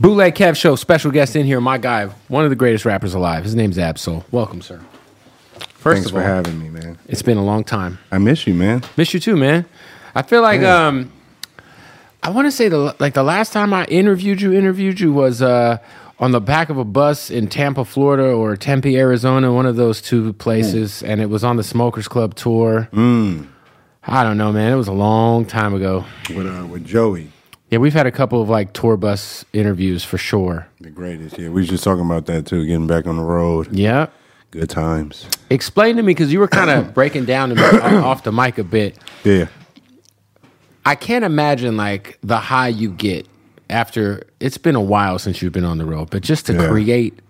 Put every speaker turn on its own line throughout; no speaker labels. Bootleg Kev Show special guest in here, my guy, one of the greatest rappers alive. His name's Absol. Welcome, sir. First
Thanks
of
for
all,
having me, man.
It's been a long time.
I miss you, man.
Miss you too, man. I feel like um, I want to say the like the last time I interviewed you, interviewed you was uh on the back of a bus in Tampa, Florida, or Tempe, Arizona, one of those two places,
Hmm.
and it was on the Smokers Club tour. I don't know, man. It was a long time ago.
With uh, with Joey,
Yeah, we've had a couple of like tour bus interviews for sure.
the greatest. Yeah, we was just talking about that too. Getting back on the road,
Yeah.
good times.
Explain to me because you were kind of breaking down to me off the mic a bit.
Yeah,
I can't imagine like the high you get after it's been a while since you've been on the road, but just to
Yeah.
create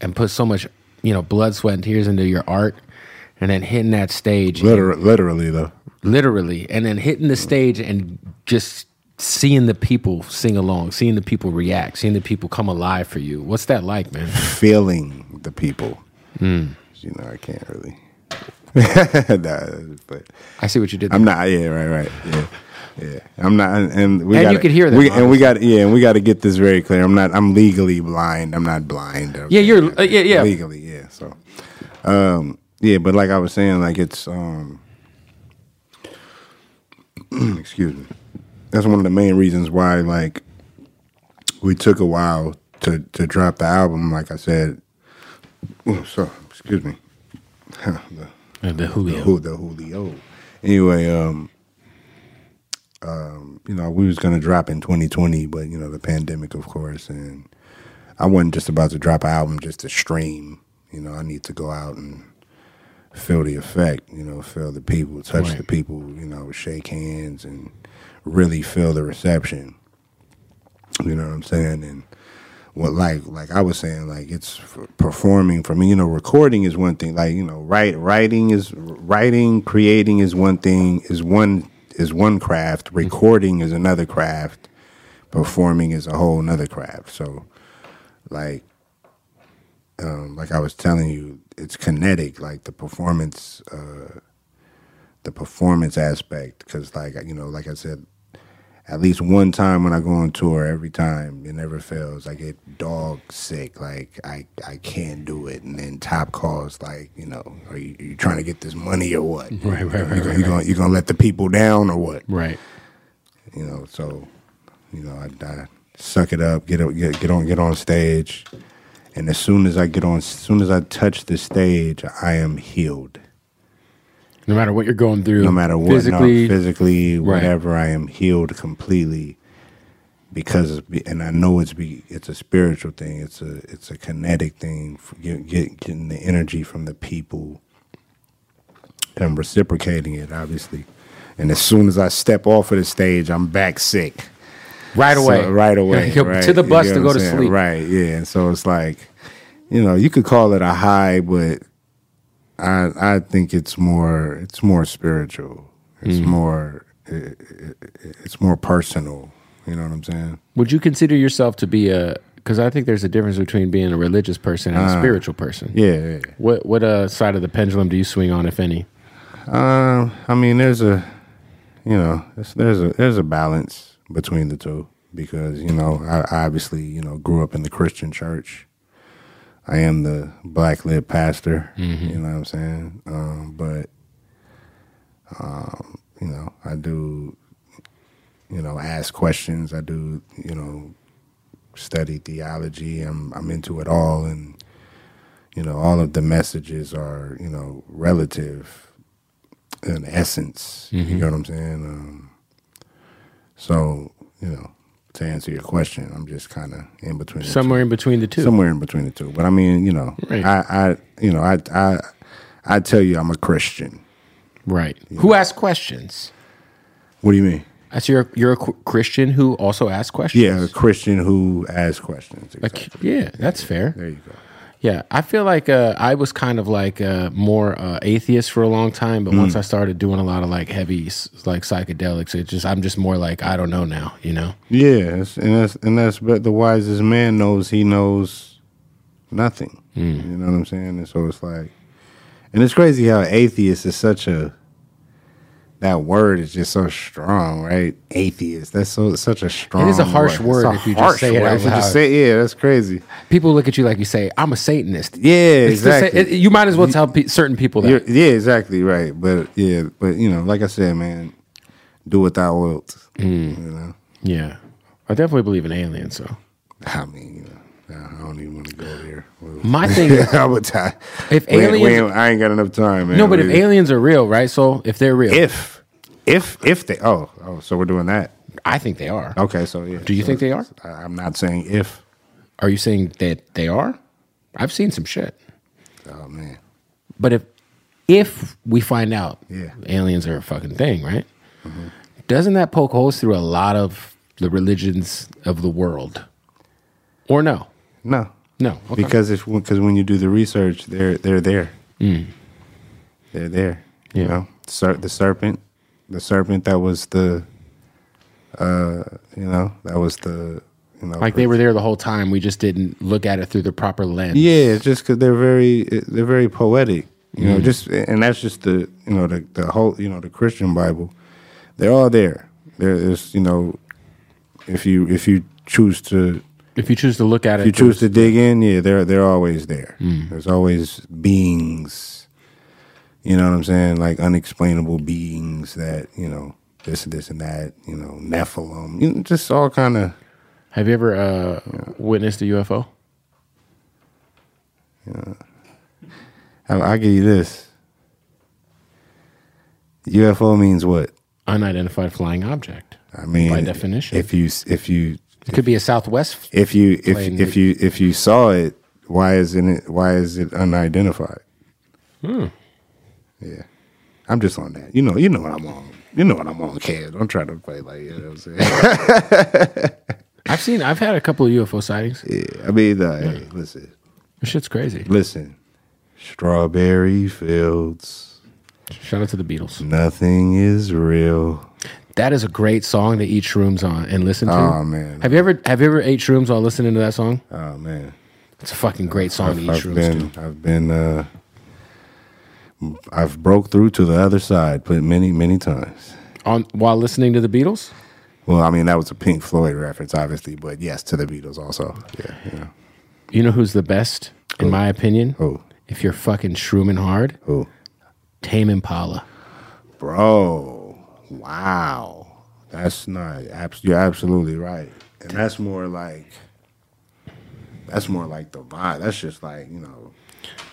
and put so much, you know, blood, sweat, and tears into your art and then hitting that stage
literally, literally though.
literally and then hitting the stage and just seeing the people sing along, seeing the people react, seeing the people come alive for you. What's that like, man?
Feeling the people.
Hmm.
You know, I can't really. nah, but
I see what you did.
I'm not. Yeah, right, right. Yeah, yeah. I'm not. And, and we
And you
gotta,
could hear them,
We, and we got. Yeah, and we got to get this very clear. I'm not. I'm legally blind. I'm not blind. okay?
Yeah, you're- uh, yeah, yeah.
Legally, yeah. So, um, yeah, but like I was saying, like it's. um Excuse me. That's one of the main reasons why, like, we took a while to to drop the album. Like I said, Ooh, so excuse me. The-
the
the
Julio.
Ju- the Julio. Anyway, um, um, you know, we was gonna drop in 2020, but you know, the pandemic, of course, and I wasn't just about to drop an album just to stream. You know, I need to go out and feel the effect. You know, feel the people, touch the people. You know, shake hands and really feel the reception. You know what I'm saying? And what like like I was saying, like it's f- performing for me. You know, recording is one thing. Like you know, write writing is writing, creating is one thing. Is one is one craft. Recording is another craft. Performing is a whole another craft. So, like, um, like I was telling you, it's kinetic. Like the performance, uh, the performance aspect. Because like you know, like I said, at least one time when I go on tour, every time it never fails. I get dog sick, like I I can't do it, and then top calls, like you know, are you, you trying to get this money or what?
Right, right, right,
You gonna-
right,
You gonna you gonna let the people down or what?
Right.
You know, so you know, I, I suck it up, get, get get on get on stage, and as soon as I get on, as soon as I touch the stage, I am healed.
No matter what you're going through,
no matter what,
physically,
physically, no, physically
Right.
whatever, I am healed completely because, it's be- and I know it's be, it's a spiritual thing, it's a, it's a kinetic thing, f- get, get, getting the energy from the people and reciprocating it, obviously. And as soon as I step off of the stage, I'm back sick.
Right away.
So, right away.
You're
right,
to the
you
bus
get
to
what
go
I'm
to
saying?
sleep.
Right, yeah. And so it's like, you know, you could call it a high, but I I think it's more it's more spiritual. It's
Mm-hmm.
more it, it, it's more personal. You know what I'm saying?
Would you consider yourself to be a? Because I think there's a difference between being a religious person and a spiritual person.
Uh, Yeah. yeah.
What what uh, side of the pendulum do you swing on, if any?
Um, I mean, there's a, you know, there's, there's a there's a balance between the two because you know I, I obviously you know grew up in the Christian church. I am the black lit pastor. You know what I'm saying? Um, but, um, you know, I do, you know, ask questions. I do, you know, study theology. I'm I'm into it all, and you know, all of the messages are you know relative in essence. You know what I'm saying? Um, so, you know, to answer your question, I'm just kind of in between. the
Somewhere in between the
two.
two.
somewhere in between the two. But I mean, you know,
Right.
I, I, you know, I, I, I tell you, I'm a Christian.
Right. Who asks questions?
What do you mean?
That's you're you're a qu- Christian who also asks questions.
Yeah, a Christian who asks questions. Exactly.
Like, yeah, that's fair.
there you go.
Yeah, I feel like uh, I was kind of like uh, more uh, atheist for a long time, but
Hmm.
once I started doing a lot of like heavy s- like psychedelics, it just I'm just more like I don't know now, you know.
Yeah, it's- and that's and that's but the wisest man knows he knows nothing.
Hmm.
You know what I'm saying? And so it's like, and it's crazy how atheist is such a that word is just so strong, right? Atheist. That's so such a strong.
harsh word
It's
if you just say it out
If you just
loud.
say, yeah, that's crazy.
People look at you like you say I'm a Satanist.
Yeah,
It's the sa-
exactly.
it- you might as well tell pe- certain people that.
You're, yeah, exactly right. But yeah, but you know, like I said, man, do what thou wilt.
Mm.
You know,
yeah, I definitely believe in aliens. So
I mean, you know. I don't even want to go there.
my thing is
I would die.
If
We ain't- we
aliens-
ain't- I ain't got enough time, man.
no, but if
We-
aliens are real, right? So if they're real,
if, if, if they, oh, oh, so we're doing that.
I think they are.
Okay, so yeah.
Do you
So
think they are?
I, I'm not saying if.
Are you saying that they are? I've seen some shit.
Oh man,
But if if we find out
Yeah.
aliens are a fucking thing, right? Doesn't that poke holes through a lot of the religions of the world? Or no?
no,
No. Okay.
because if because when you do the research, they're they're there. They're
Mm.
there.
Yeah.
You know, Ser- the serpent, the serpent that was the, uh, you know, that was the, you know,
like they were there the whole time, we just didn't look at it through the proper lens.
Yeah, it's just because they're very they're very poetic, you
Mm.
know. Just and that's just the you know the the whole you know the Christian Bible. They're all there. There is you know, if you if you choose to
If you choose to look at it
if you choose to dig in, yeah, they're they're always there.
Hmm.
There's always beings. You know what I'm saying? Like unexplainable beings that you know this this and that. You know Nephilim. You know, just all kind of.
have you ever uh, witnessed a UFO?
I- I'll give you this. UFO means what?
Unidentified flying object.
I mean,
By definition.
if you if you
It could be a Southwest.
if you if
Plane
if
that-
you if you saw it, why isn't it why is it unidentified? Hmm. Yeah, I'm just on that. You know, you know what I'm on. You know what I'm on, kid. Don't try to play like you know what I'm saying.
I've seen. I've had a couple of UFO sightings. This
yeah, I mean, uh, hey, listen,
shit's crazy.
listen. Strawberry fields.
Shout out to the Beatles.
Nothing is real.
That is a great song to eat shrooms on and listen to.
Oh man.
Have you ever have you ever ate shrooms while listening to that song?
oh man.
It's a fucking great song to eat
I've
shrooms
been,
to.
I've been, uh, I've broke through to the other side, but many, many times.
On while listening to the Beatles?
Well, I mean, that was a Pink Floyd reference, obviously, but yes, to the Beatles also. Yeah, yeah.
You know who's the best, in my opinion?
Who?
If you're fucking shrooming hard,
Who?
Tame Impala.
Bro, wow. That's not, abs- you're absolutely right. And that's more like, that's more like the vibe. That's just like, you know.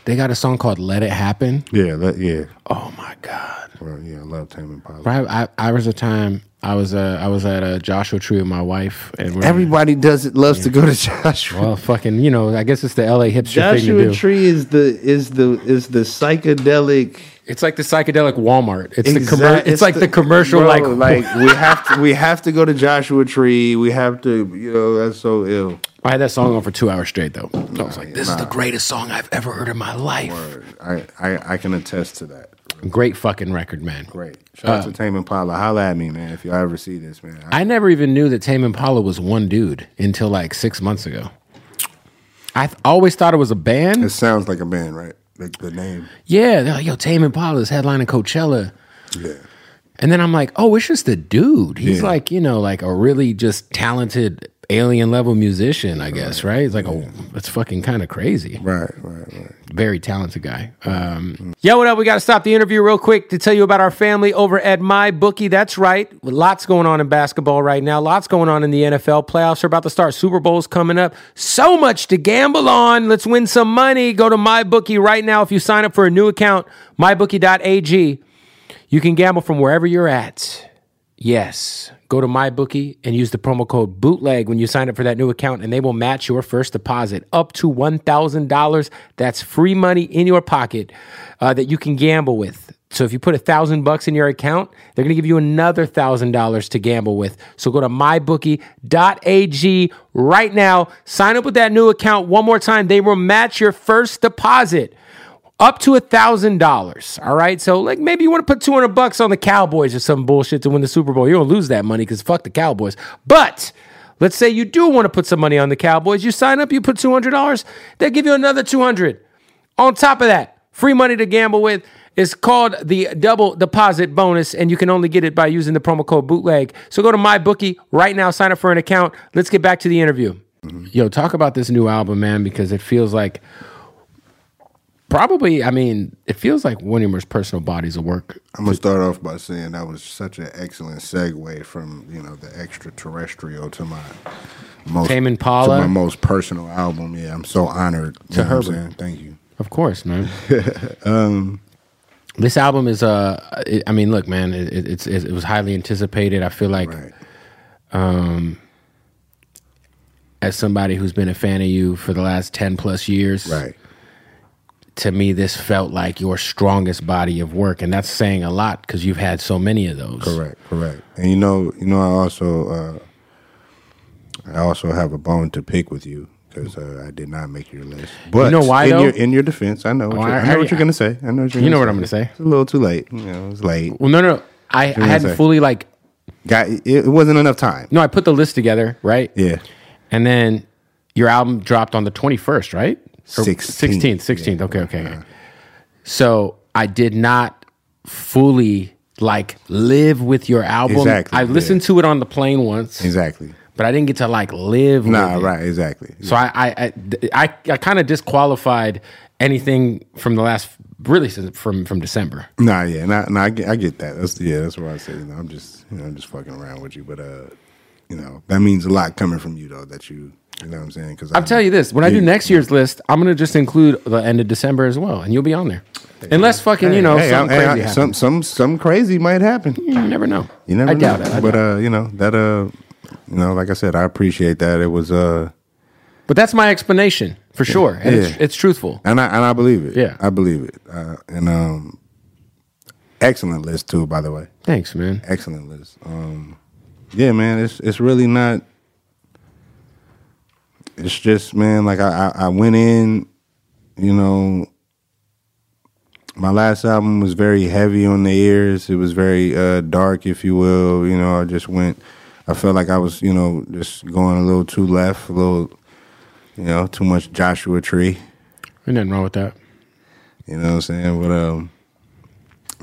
They got a song called Let It Happen.
Yeah, let, yeah.
Oh my God.
Well, yeah, I love Tame Impala.
Right, I, I was a time I was uh, I was at a Joshua Tree with my wife and we're
Everybody does it. Loves to go to Joshua.
well fucking you know I guess it's the L.A. hipster thing to
Joshua
do.
Tree is the is the is the psychedelic.
It's like the psychedelic Walmart. It's
exact-
the commer- It's, like the, commercial
bro,
like,
like we have to we have to go to Joshua Tree. We have to you know that's so ill.
I had that song on for two hours straight though. I was like, this is the greatest song I've ever heard in my life.
I, I I can attest to that.
Great fucking record, man.
Great. Shout out to
Uh.
Tame Impala. Holla at me, man. If y'all ever see this, man. I,
I never even knew that Tame Impala was one dude until like six months ago. I th- always thought it was a band.
it sounds like a band, right? Like the name.
yeah, they're like, yo, Tame Impala is headlining Coachella.
Yeah.
And then I'm like, oh, it's just the dude. He's
Yeah.
like, you know, like a really just talented alien level musician, I guess, right? It's like, oh, that's fucking kind of crazy.
Right. Right. Right.
very talented guy. Um, Yo, what up? We got to stop the interview real quick to tell you about our family over at My Bookie. That's right. Lots going on in basketball right now. Lots going on in the NFL. Playoffs are about to start. Super Bowl's coming up. So much to gamble on. Let's win some money. Go to My Bookie right now. If you sign up for a new account, mybookie.ag, you can gamble from wherever you're at. Yes. Go to MyBookie and use the promo code bootleg when you sign up for that new account, and they will match your first deposit up to $1,000. That's free money in your pocket uh, that you can gamble with. So if you put a thousand bucks in your account, they're going to give you another thousand dollars to gamble with. So go to mybookie.ag right now. Sign up with that new account one more time. They will match your first deposit up to a thousand dollars. All right, so like maybe you want to put two hundred bucks on the Cowboys or some bullshit to win the Super Bowl. You don't lose that money because fuck the Cowboys. But let's say you do want to put some money on the Cowboys. You sign up, you put two hundred dollars. They give you another two hundred. On top of that, free money to gamble with. It's called the double deposit bonus, and you can only get it by using the promo code bootleg. So go to MyBookie right now, sign up for an account. Let's get back to the interview. Yo, talk about this new album, man, because it feels like probably i mean it feels like one of your most personal bodies of work
I'm gonna start off by saying that was such an excellent segue from you know the extraterrestrial to my most
Tame Impala.
to my most personal album. Yeah, I'm so honored. you know what I'm
Herbert.
saying? Thank you.
of course man
Um,
this album is uh it, i mean look man it, it- it's it, it was highly anticipated i feel like
Right.
as somebody who's been a fan of you for the last 10 plus years
Right.
to me this felt like your strongest body of work and that's saying a lot because you've had so many of those
Correct, correct. And you know, you know, I also, uh, I also have a bone to pick with you because uh, I did not make your list. But
know why,
In
though?
your in your defense, I know what,
Oh,
you're,
I-
I, know
I-
what you're gonna say. I know what you're
You know what
say.
I'm gonna say.
It's a little too late. You know, it was late.
well no no i, I
gonna
hadn't
say?
fully like
Got it, it wasn't enough time.
no i put the list together right
Yeah,
and then your album dropped on the 21st right Or
16th.
16th 16th okay okay
Uh-huh.
okay. so i did not fully like live with your album
Exactly,
i
yeah.
listened to it on the plane once
exactly.
but i didn't get to like live
Nah,
with it.
right, exactly.
so i i i, I, I kind of disqualified anything from the last really since from from december
Nah, yeah, nah, nah I, get, I get that. That's yeah, that's what I say. You know, I'm just, you know, I'm just fucking around with you, but uh, you know, that means a lot coming from you though. That you, you know, what I'm saying because
I'll tell you this: when I do next year's list, I'm gonna just include the end of December as well, and you'll be on there. Unless fucking you know
hey,
something
I- hey,
crazy
I-
happens.
some some some crazy might happen.
you never know.
You never
I
know.
doubt it. I
but uh, you know that uh, you know, like I said, I appreciate that. It was uh,
But that's my explanation for sure, and it's,
Yeah.
it's truthful.
and I and I believe it.
Yeah.
I believe it. Uh, and um, excellent list too, by the way.
Thanks, man.
Excellent list. Um, yeah, man, it's it's really not. It's just man, like I I, I went in, you know. My last album was very heavy on the ears. It was very uh, dark, if you will. You know, I just went. I felt like I was, you know, just going a little too left, a little, you know, too much Joshua Tree.
There's nothing wrong with that.
You know what I'm saying? But um,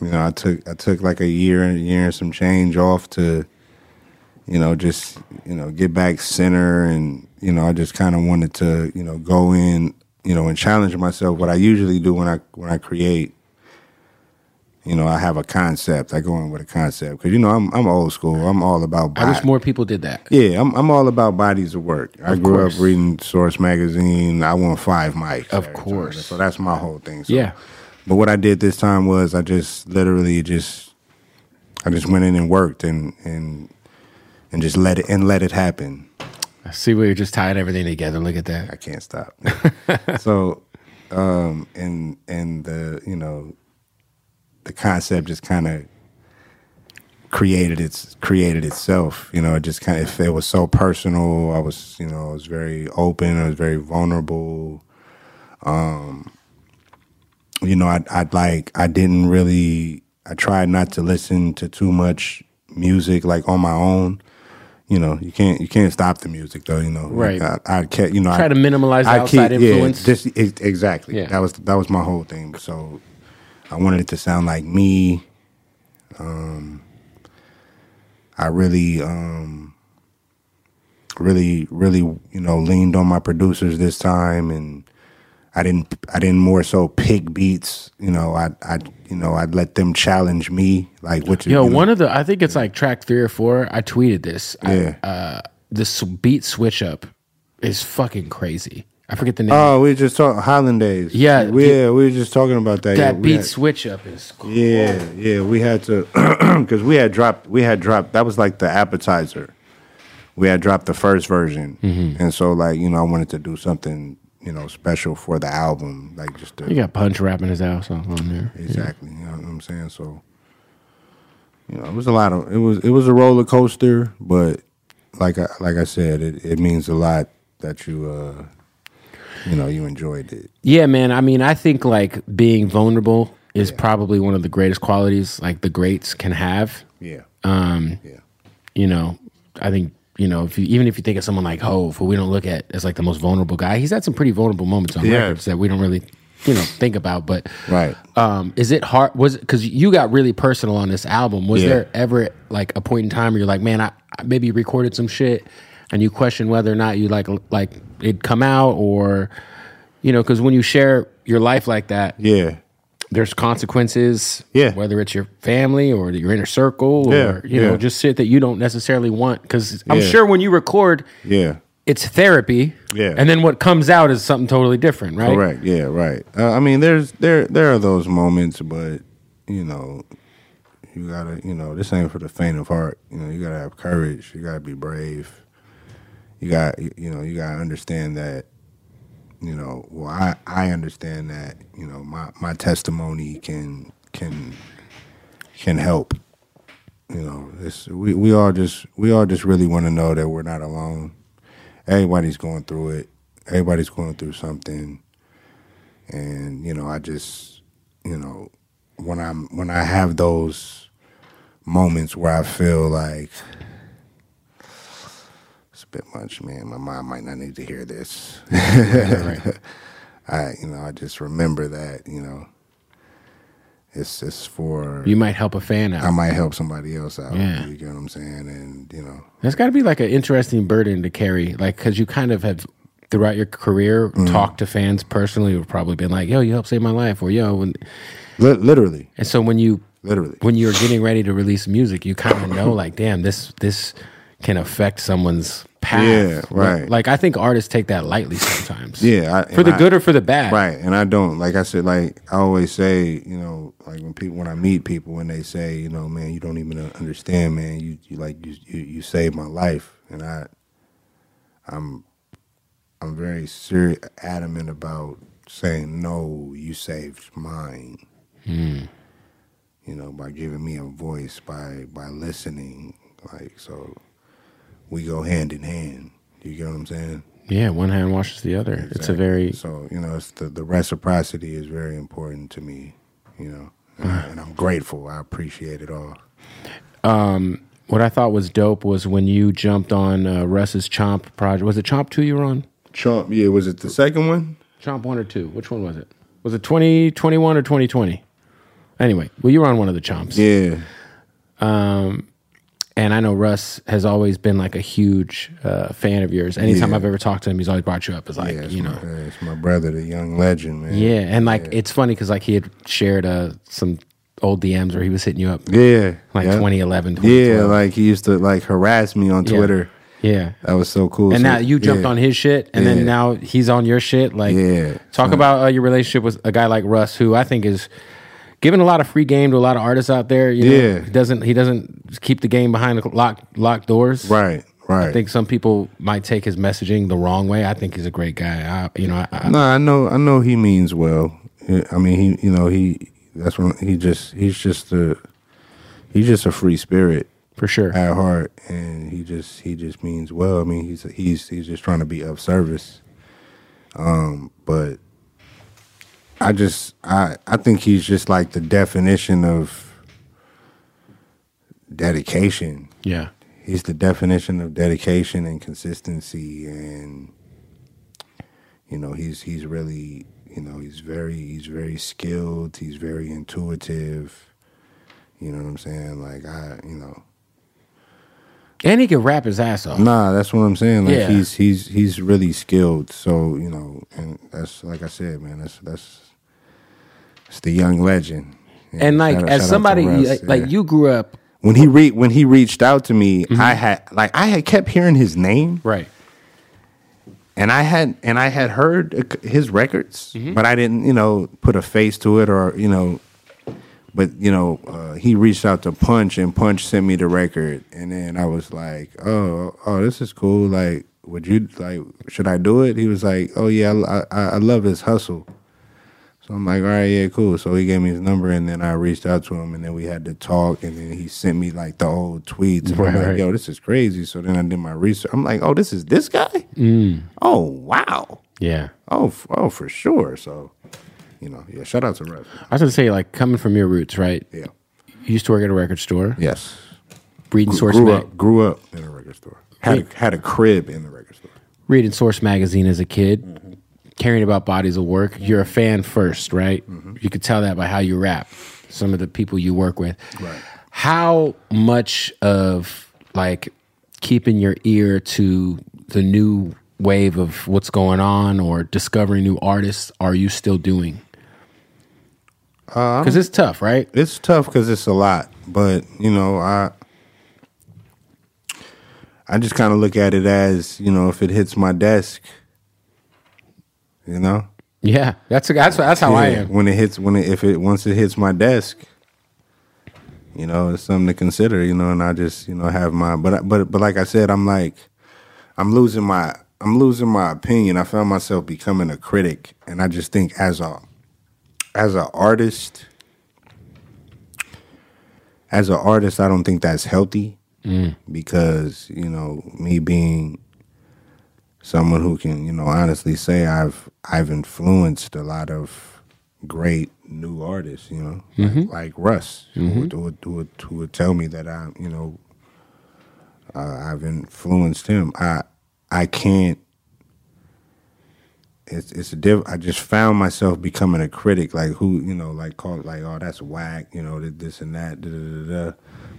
you know, I took I took like a year and year and some change off to, you know, just you know get back center, and you know I just kind of wanted to you know go in you know and challenge myself. What I usually do when I when I create. You know, I have a concept. I go in with a concept because you know I'm I'm old school. I'm all about.
I wish
bi-
more people did that.
yeah, I'm I'm all about bodies of work. I grew
course.
up reading Source magazine. I won five mics.
Of
every time.
course.
So that's my whole thing. So-
Yeah.
But what I did this time was I just literally just I just went in and worked and and and just let it and let it happen.
I see where you're just tying everything together. Look at
I
that.
can't stop. so, um, and and the you know, the concept just kind of created its created itself. You know, it just kind of it was so personal. I was you know I was very open. I was very vulnerable. Um, you know, I I like I didn't really. I tried not to listen to too much music like on my own. You know, you can't you can't stop the music though. You know,
Right.
I, I kept you know
Try to minimalize the outside influence.
yeah, just e- exactly.
Yeah.
That was that was my whole thing. So I wanted it to sound like me. Um, I really, um, really, really, you know, leaned on my producers this time, and I didn't, I didn't more so pick beats. You know, I, I, you know, I'd let them challenge me, like which
Yo,
you know,
one of the I think it's like track three or four. I tweeted this. I-
Yeah.
uh, the s- beat switch up is fucking crazy. I forget the name.
Oh, we were just talking Highland Days.
Yeah,
we, yeah, we were just talking about that. Yeah,
that
we
beat
had-
switch up is cool.
Yeah, yeah, we had to because we had dropped. We had dropped. That was like the appetizer. We had dropped the first version, and so like you know, I wanted to do something you know special for the album, like just to,
You got punch rapping his ass off on there.
exactly. You know what I'm saying? So you know, it was a lot of it was it was a roller coaster, but like I like I said, it, it means a lot that you uh you know you enjoyed it.
Yeah, man. I mean, I think like being vulnerable is probably one of the greatest qualities like the greats can have.
Yeah,
Um,
yeah.
you know, I think you know if you even if you think of someone like Hove, who we don't look at as like the most vulnerable guy, he's had some pretty vulnerable moments on
Yeah.
records that we don't really you know think about. But
Right.
um, is it hard? Was because you got really personal on this album? Was
Yeah.
there ever like a point in time where you're like, man, I, I maybe you recorded some shit and you question whether or not you like like it come out or you know because when you share your life like that
Yeah.
there's consequences.
Yeah.
Whether it's your family or your inner circle or,
Yeah,
you know,
yeah.
just shit that you don't necessarily want. Cause I'm
Yeah.
sure when you record,
Yeah.
it's therapy.
Yeah.
And then what comes out is something totally different, right?
Correct. Yeah. Right. Uh, I mean, there's there there are those moments, but you know, you gotta you know this ain't for the faint of heart. You know, you gotta have courage. You gotta be brave. You got you you know you gotta understand that. You know, well, I I understand that. You know, my my testimony can can can help. You know, it's, we we all just we all just really want to know that we're not alone. Everybody's going through it. Everybody's going through something, and you know, I just you know when I'm when I have those moments where I feel like it's a bit much, man. My mom might not need to hear this. I you know I just remember that you know it's it's for
You might help a fan out.
I might help somebody else out.
Yeah.
You get what I'm saying? And you know,
That's got to be like an interesting burden to carry. Like, cause you kind of have throughout your career
Mm.
talked to fans personally who've probably been like, yo, you helped save my life or yo. And,
li- literally,
and so when you
literally.
when you're getting ready to release music, you kind of know like, damn, this this can affect someone's path.
Yeah,
Like-
right.
Like I think artists take that lightly sometimes.
yeah, I,
for the
and I-
good or for the bad.
right? And I don't like I said, like I always say, you know, like when people when I meet people when they say, you know, man, you don't even uh, understand, man, you, you like you, you you saved my life, and I, I'm, I'm very serious, adamant about saying no, you saved mine. you know, by giving me a voice, by by listening, like so, we go hand in hand. You get what I'm saying?
Yeah, one hand washes the other. It's a very
so you know, it's the the reciprocity is very important to me. You know, and, I, and I'm grateful. I appreciate it all.
what I thought was dope was when you jumped on uh, Russ's Chomp project. Was it Chomp two you were on?
Chomp, yeah, was it the second one?
Chomp one or two? Which one was it? Was it twenty twenty one or twenty twenty? Anyway, well, you were on one of the Chomps.
Yeah,
and I know Russ has always been like a huge uh, fan of yours. Anytime
Yeah.
I've ever talked to him, he's always brought you up as like
yeah, it's,
you
my,
know.
yeah, it's my brother, the young legend, man.
Yeah, and like it's funny because like he had shared uh, some old DMs where he was hitting you up,
yeah,
like
yeah.
2011,
Yeah,
2012.
like he used to like harass me on
Yeah.
Twitter.
yeah.
That was so cool.
and
So,
now you jumped
yeah.
on his shit, and
Yeah.
then now he's on your shit. Like,
Yeah. Uh-huh.
talk about uh, your relationship with a guy like Russ, who I think is giving a lot of free game to a lot of artists out there. You know,
Yeah.
he doesn't he doesn't keep the game behind locked locked doors.
Right, right.
I think some people might take his messaging the wrong way. I think he's a great guy. I, you know, I, I,
No, I know. I know he means well. Yeah, I mean, he. You know, he. That's when he just. He's just a. He's just a free spirit
for sure.
at heart, and he just. He just means well. I mean, he's he's he's just trying to be of service. Um, but I just I I think he's just like the definition of dedication.
yeah,
He's the definition of dedication and consistency, and you know he's he's really you know he's very he's very skilled. He's very intuitive. You know what I'm saying? Like I, you know,
and he can rap his ass off.
nah, that's what I'm saying. Like
Yeah.
he's he's he's really skilled. So you know, and that's like I said, man. That's that's it's the young legend. Yeah,
And like
shout out- shout out
as
to
somebody
Russ,
like,
yeah.
like you grew up
when he re- when he reached out to me, I had like I had kept hearing his name,
right.
and I had and I had heard uh, c- his records,
Mm-hmm.
but I didn't, you know, put a face to it or you know, but you know, uh, he reached out to Punch and Punch sent me the record, and then I was like, oh, oh, this is cool. Like, would you like? Should I do it? He was like, oh yeah, I I, I love his hustle. So I'm like, all right, yeah, cool. So he gave me his number, and then I reached out to him, and then we had to talk, and then he sent me like the old tweets. And
Right,
I'm like,
right.
yo, this is crazy. So then I did my research. I'm like, oh, this is this guy.
Mm.
Oh wow.
Yeah,
Oh, f- oh, for sure. So, you know, yeah. Shout out to Rev.
I was gonna say like coming from your roots, right?
Yeah.
You used to work at a record store,
Yes.
reading Source
grew
mag-
up. Grew up in a record store. Had a, had a crib in the record store.
reading Source magazine as a kid, caring about bodies of work. You're a fan first, right? You could tell that by how you rap. Some of the people you work with. Right. How much of like keeping your ear to the new wave of what's going on or discovering new artists are you still doing? Because it's tough, right?
It's tough because it's a lot, but you know, I I just kind of look at it as you know, if it hits my desk, you know,
Yeah, that's that's that's how I
Yeah,
am.
When it hits, when it, if it once it hits my desk, you know, it's something to consider. You know, and I just you know have my but I- but but like I said, I'm like I'm losing my I'm losing my opinion. I found myself becoming a critic, and I just think as a as an artist, as an artist, I don't think that's healthy
Mm.
because you know me being someone who can you know honestly say I've I've influenced a lot of great new artists you know like, like Russ who, would- who, would- who, would- who would tell me that I you know uh, I've influenced him I I can't it's it's a diff. I just found myself becoming a critic, like who you know, like call like oh that's whack, you know th- this and that, da, da, da, da.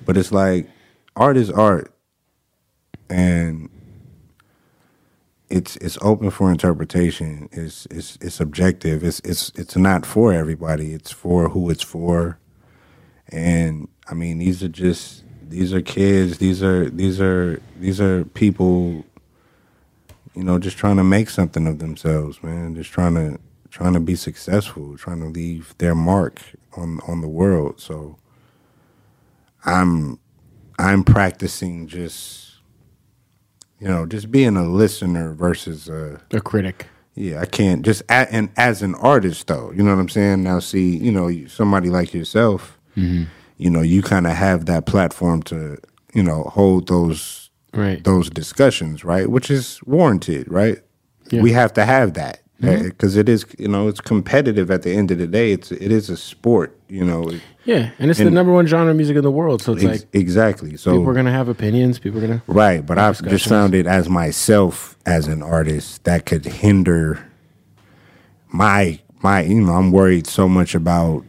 but it's like art is art, and it's it's open for interpretation. It's it's it's subjective. It's it's it's not for everybody. It's for who it's for, and I mean these are just these are kids. These are these are these are people you know, just trying to make something of themselves, man. Just trying to trying to be successful, trying to leave their mark on on the world. So I'm I'm practicing just you know, just being a listener versus a
A critic.
yeah, I can't just a and as an artist though, you know what I'm saying? Now see, you know, you- somebody like yourself,
Mm-hmm.
you know, you kind of have that platform to, you know, hold those
Right.
those discussions, right? Which is warranted, right? We have to have that
Mm-hmm.
because is, you know, it's competitive. At the end of the day, it's it is a sport, you know. It-
Yeah, and it's the
And-
number one genre of music in the world, so it's
ex-
like
exactly. So
people are gonna have opinions. People are gonna
right, but I've just
discussions.
found it as myself as an artist that could hinder my my. You know, I'm worried so much about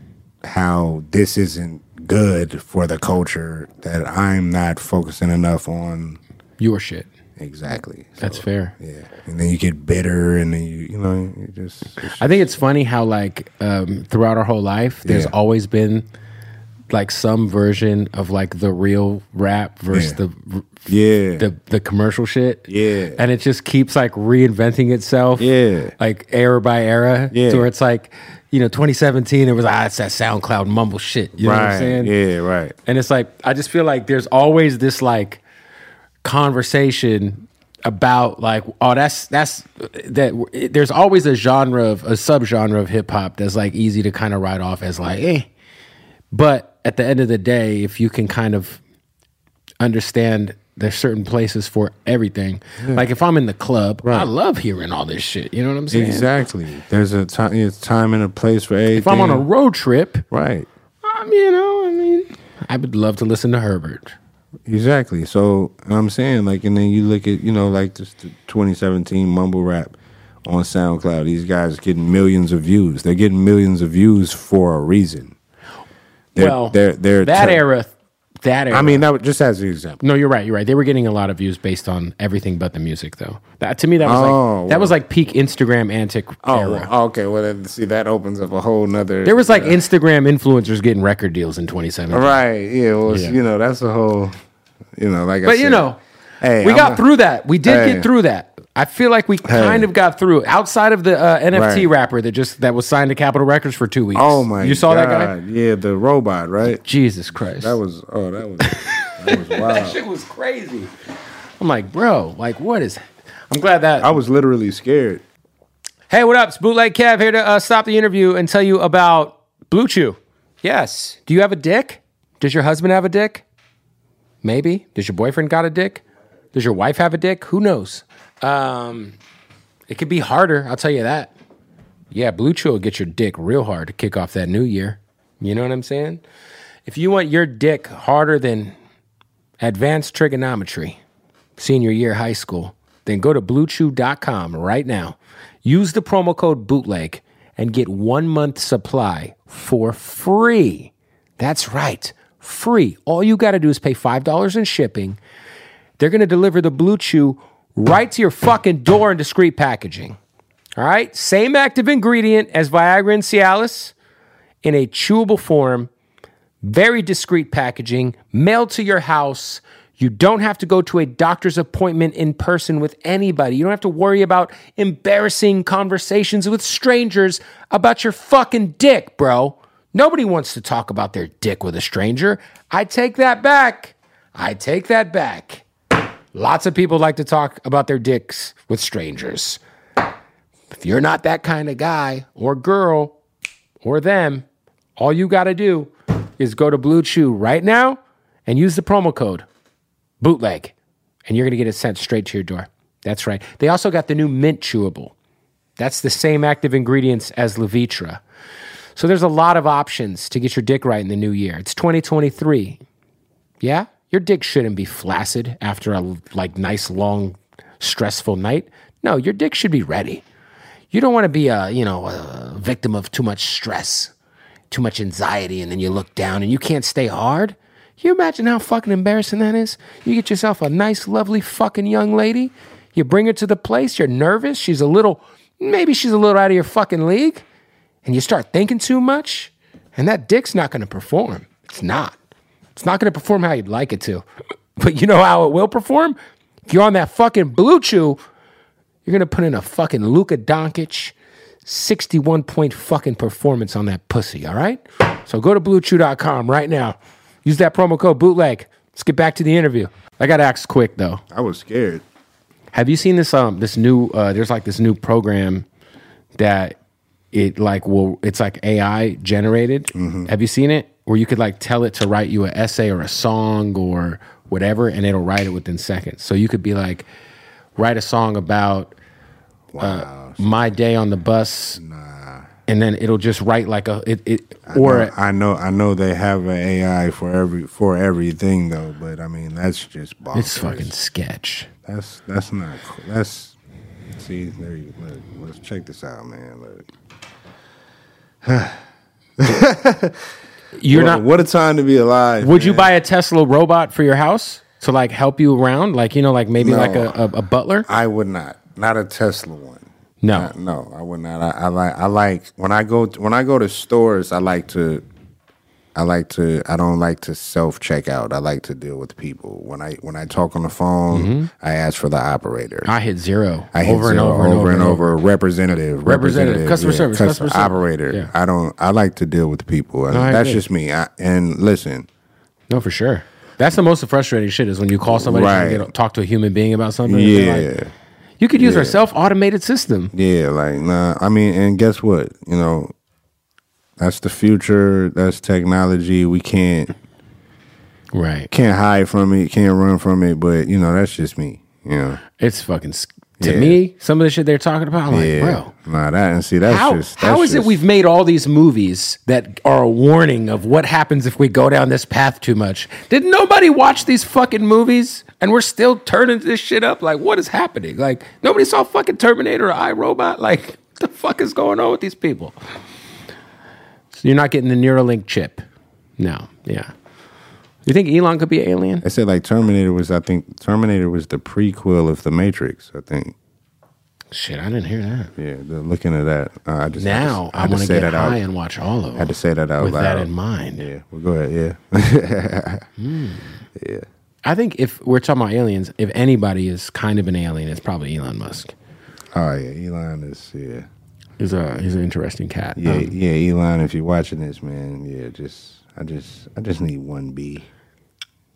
how this isn't good for the culture that I'm not focusing enough on.
your shit.
Exactly.
That's
So-
fair.
Yeah, and then you get bitter, and then you you know you just it's-
I think it's funny how like um, throughout our whole life, there's
Yeah.
always been like some version of like the real rap versus
Yeah.
the
yeah
the the commercial shit.
Yeah.
and it just keeps like reinventing itself.
Yeah.
like era by era.
Yeah.
to where it's like you know, 2017, it was, ah, it's that SoundCloud mumble shit. You know what I'm
right.
saying?
Yeah, right.
And it's like I just feel like there's always this like conversation about like oh that's that's that it- there's always a genre of a subgenre of hip hop that's like easy to kind of write off as like eh but at the end of the day if you can kind of understand there's certain places for everything like if I'm in the club I love hearing all this shit you know what I'm saying
Exactly. There's a time. It's time and a place for everything.
if I'm on a road trip
right.
I'm you know I mean I would love to listen to Herbert
Exactly. So I'm saying like, and then you look at you know like just the 2017 mumble rap on SoundCloud. These guys are getting millions of views. They're getting millions of views for a reason. They're,
well,
they're, they're
that
tur-
era, that era.
I mean, that was just as an example.
no, you're right. You're right. They were getting a lot of views based on everything but the music, though. That to me, that was
Oh,
like that was like peak Instagram antic era.
well, okay. Well, then, see, that opens up a whole nother.
there was like Instagram influencers getting record deals in 2017.
right. Yeah. Well,
Yeah.
you know, that's a whole. You know, like. I
But you
said,
know,
hey,
we
I'm
got
a-
through that. We did
Hey.
get through that. I feel like we kind of got through it. Outside of the uh, NFT
Right.
rapper that just that was signed to Capitol Records for two weeks.
Oh my!
You saw that guy?
God. Yeah, the robot. Right.
Jesus Christ!
That was. Oh, that was. that was wild.
shit was crazy. I'm like, bro, like what is? I'm glad that
I was literally scared.
Hey, what up? It's Bootleg Kev here to uh, stop the interview and tell you about Blue Chew. Yes. Do you have a dick? Does your husband have a dick? Maybe. Does your boyfriend got a dick? Does your wife have a dick? Who knows? Um, it could be harder, I'll tell you that. Yeah, Blue Chew will get your dick real hard to kick off that new year. You know what I'm saying? If you want your dick harder than advanced trigonometry, senior year high school, then go to bluechew.com right now. Use the promo code bootleg and get one month supply for free. That's right, free. All you got to do is pay $5 in shipping. They're going to deliver the Blue Chew right to your fucking door in discreet packaging. All right, same active ingredient as Viagra and Cialis in a chewable form very discreet packaging, mailed to your house. You don't have to go to a doctor's appointment in person with anybody. You don't have to worry about embarrassing conversations with strangers about your fucking dick, bro. Nobody wants to talk about their dick with a stranger. I take that back. I take that back. Lots of people like to talk about their dicks with strangers. If you're not that kind of guy or girl or them, all you got to do is go to Blue Chew right now and use the promo code bootleg, and you're going to get it sent straight to your door. That's right. They also got the new mint chewable. That's the same active ingredients as Levitra. So there's a lot of options to get your dick right in the new year. It's 2023. Yeah? Your dick shouldn't be flaccid after a like nice long stressful night. No, your dick should be ready. You don't want to be a, you know, a victim of too much stress too much anxiety and then you look down and you can't stay hard. You imagine how fucking embarrassing that is? You get yourself a nice, lovely fucking young lady. You bring her to the place. You're nervous. She's a little, maybe she's a little out of your fucking league. And you start thinking too much. And that dick's not going to perform. It's not. It's not going to perform how you'd like it to. But you know how it will perform? If you're on that fucking blue chew, you're going to put in a fucking Luka Doncic. 61 point fucking performance on that pussy, all right? So go to bluechew.com right now. Use that promo code bootleg. Let's get back to the interview. I got to ask quick though.
I was scared.
Have you seen this um this new uh there's like this new program that it like will it's like AI generated.
Mm-hmm.
Have you seen it where you could like tell it to write you an essay or a song or whatever and it'll write it within seconds. So you could be like write a song about uh,
Wow.
my day on the bus
nah.
and then it'll just write like a it, it
I
or
know, I know. I know they have an AI for every for everything though. But I mean, that's just bonkers.
it's fucking sketch.
That's that's not. cool. That's. See, there you look. Let's check this out, man. Look.
You're
what,
not.
What a time to be alive.
would you
man.
buy a Tesla robot for your house to like help you around? Like you know, like maybe
No.
like a, a, a butler.
I would not. Not a Tesla one.
No.
Not- no, I would not. I, I like. I like when I go when I go to stores. I like to I like to I don't like to self check out. I like to deal with people. When I when I talk on the phone,
Mm-hmm.
I ask for the operator.
I hit zero
I hit zero, over and over. Representative,
Representative, customer service, customer service.
operator.
Yeah.
I don't. I like to deal with people. And
I
that's
agree.
just me. I, and listen,
No, for sure. That's the most frustrating shit is when you call somebody trying to
Right.
get, talk to a human being about something. and
yeah,
they're like, you could use our self automated system.
yeah. Like, nah. I mean, and guess what? You know, that's the future. That's technology. We can't
Right.
can't hide from it. Can't run from it. But you know, that's just me. You know.
It's fucking s- to
Yeah.
me some of the shit they're talking about. I'm like,
Yeah.
bro,
Nah, that and see that's
how
just that's
how is it
just-
we've made all these movies that are a warning of what happens if we go down this path too much? Did nobody watch these fucking movies? And we're still turning this shit up. Like, what is happening? Like, nobody saw fucking Terminator or iRobot. Like, what the fuck is going on with these people? So you're not getting the Neuralink chip. No. Yeah. You think Elon could be an alien?
I said like Terminator was I think Terminator was the prequel of The Matrix, I think.
Shit, I didn't hear that.
Yeah, the, looking at that, uh, I just
Now I,
had to
want to
say
get
that out-
high and watch all of them.
I had to say that out
with
loud.
that in mind.
Yeah, well, go ahead. Yeah,
I think if we're talking about aliens, if anybody is kind of an alien, it's probably Elon Musk.
oh yeah, Elon is yeah,
He's a he's an interesting cat.
yeah,
Um,
yeah. Elon, if you're watching this, man, yeah, just I just I just need one B.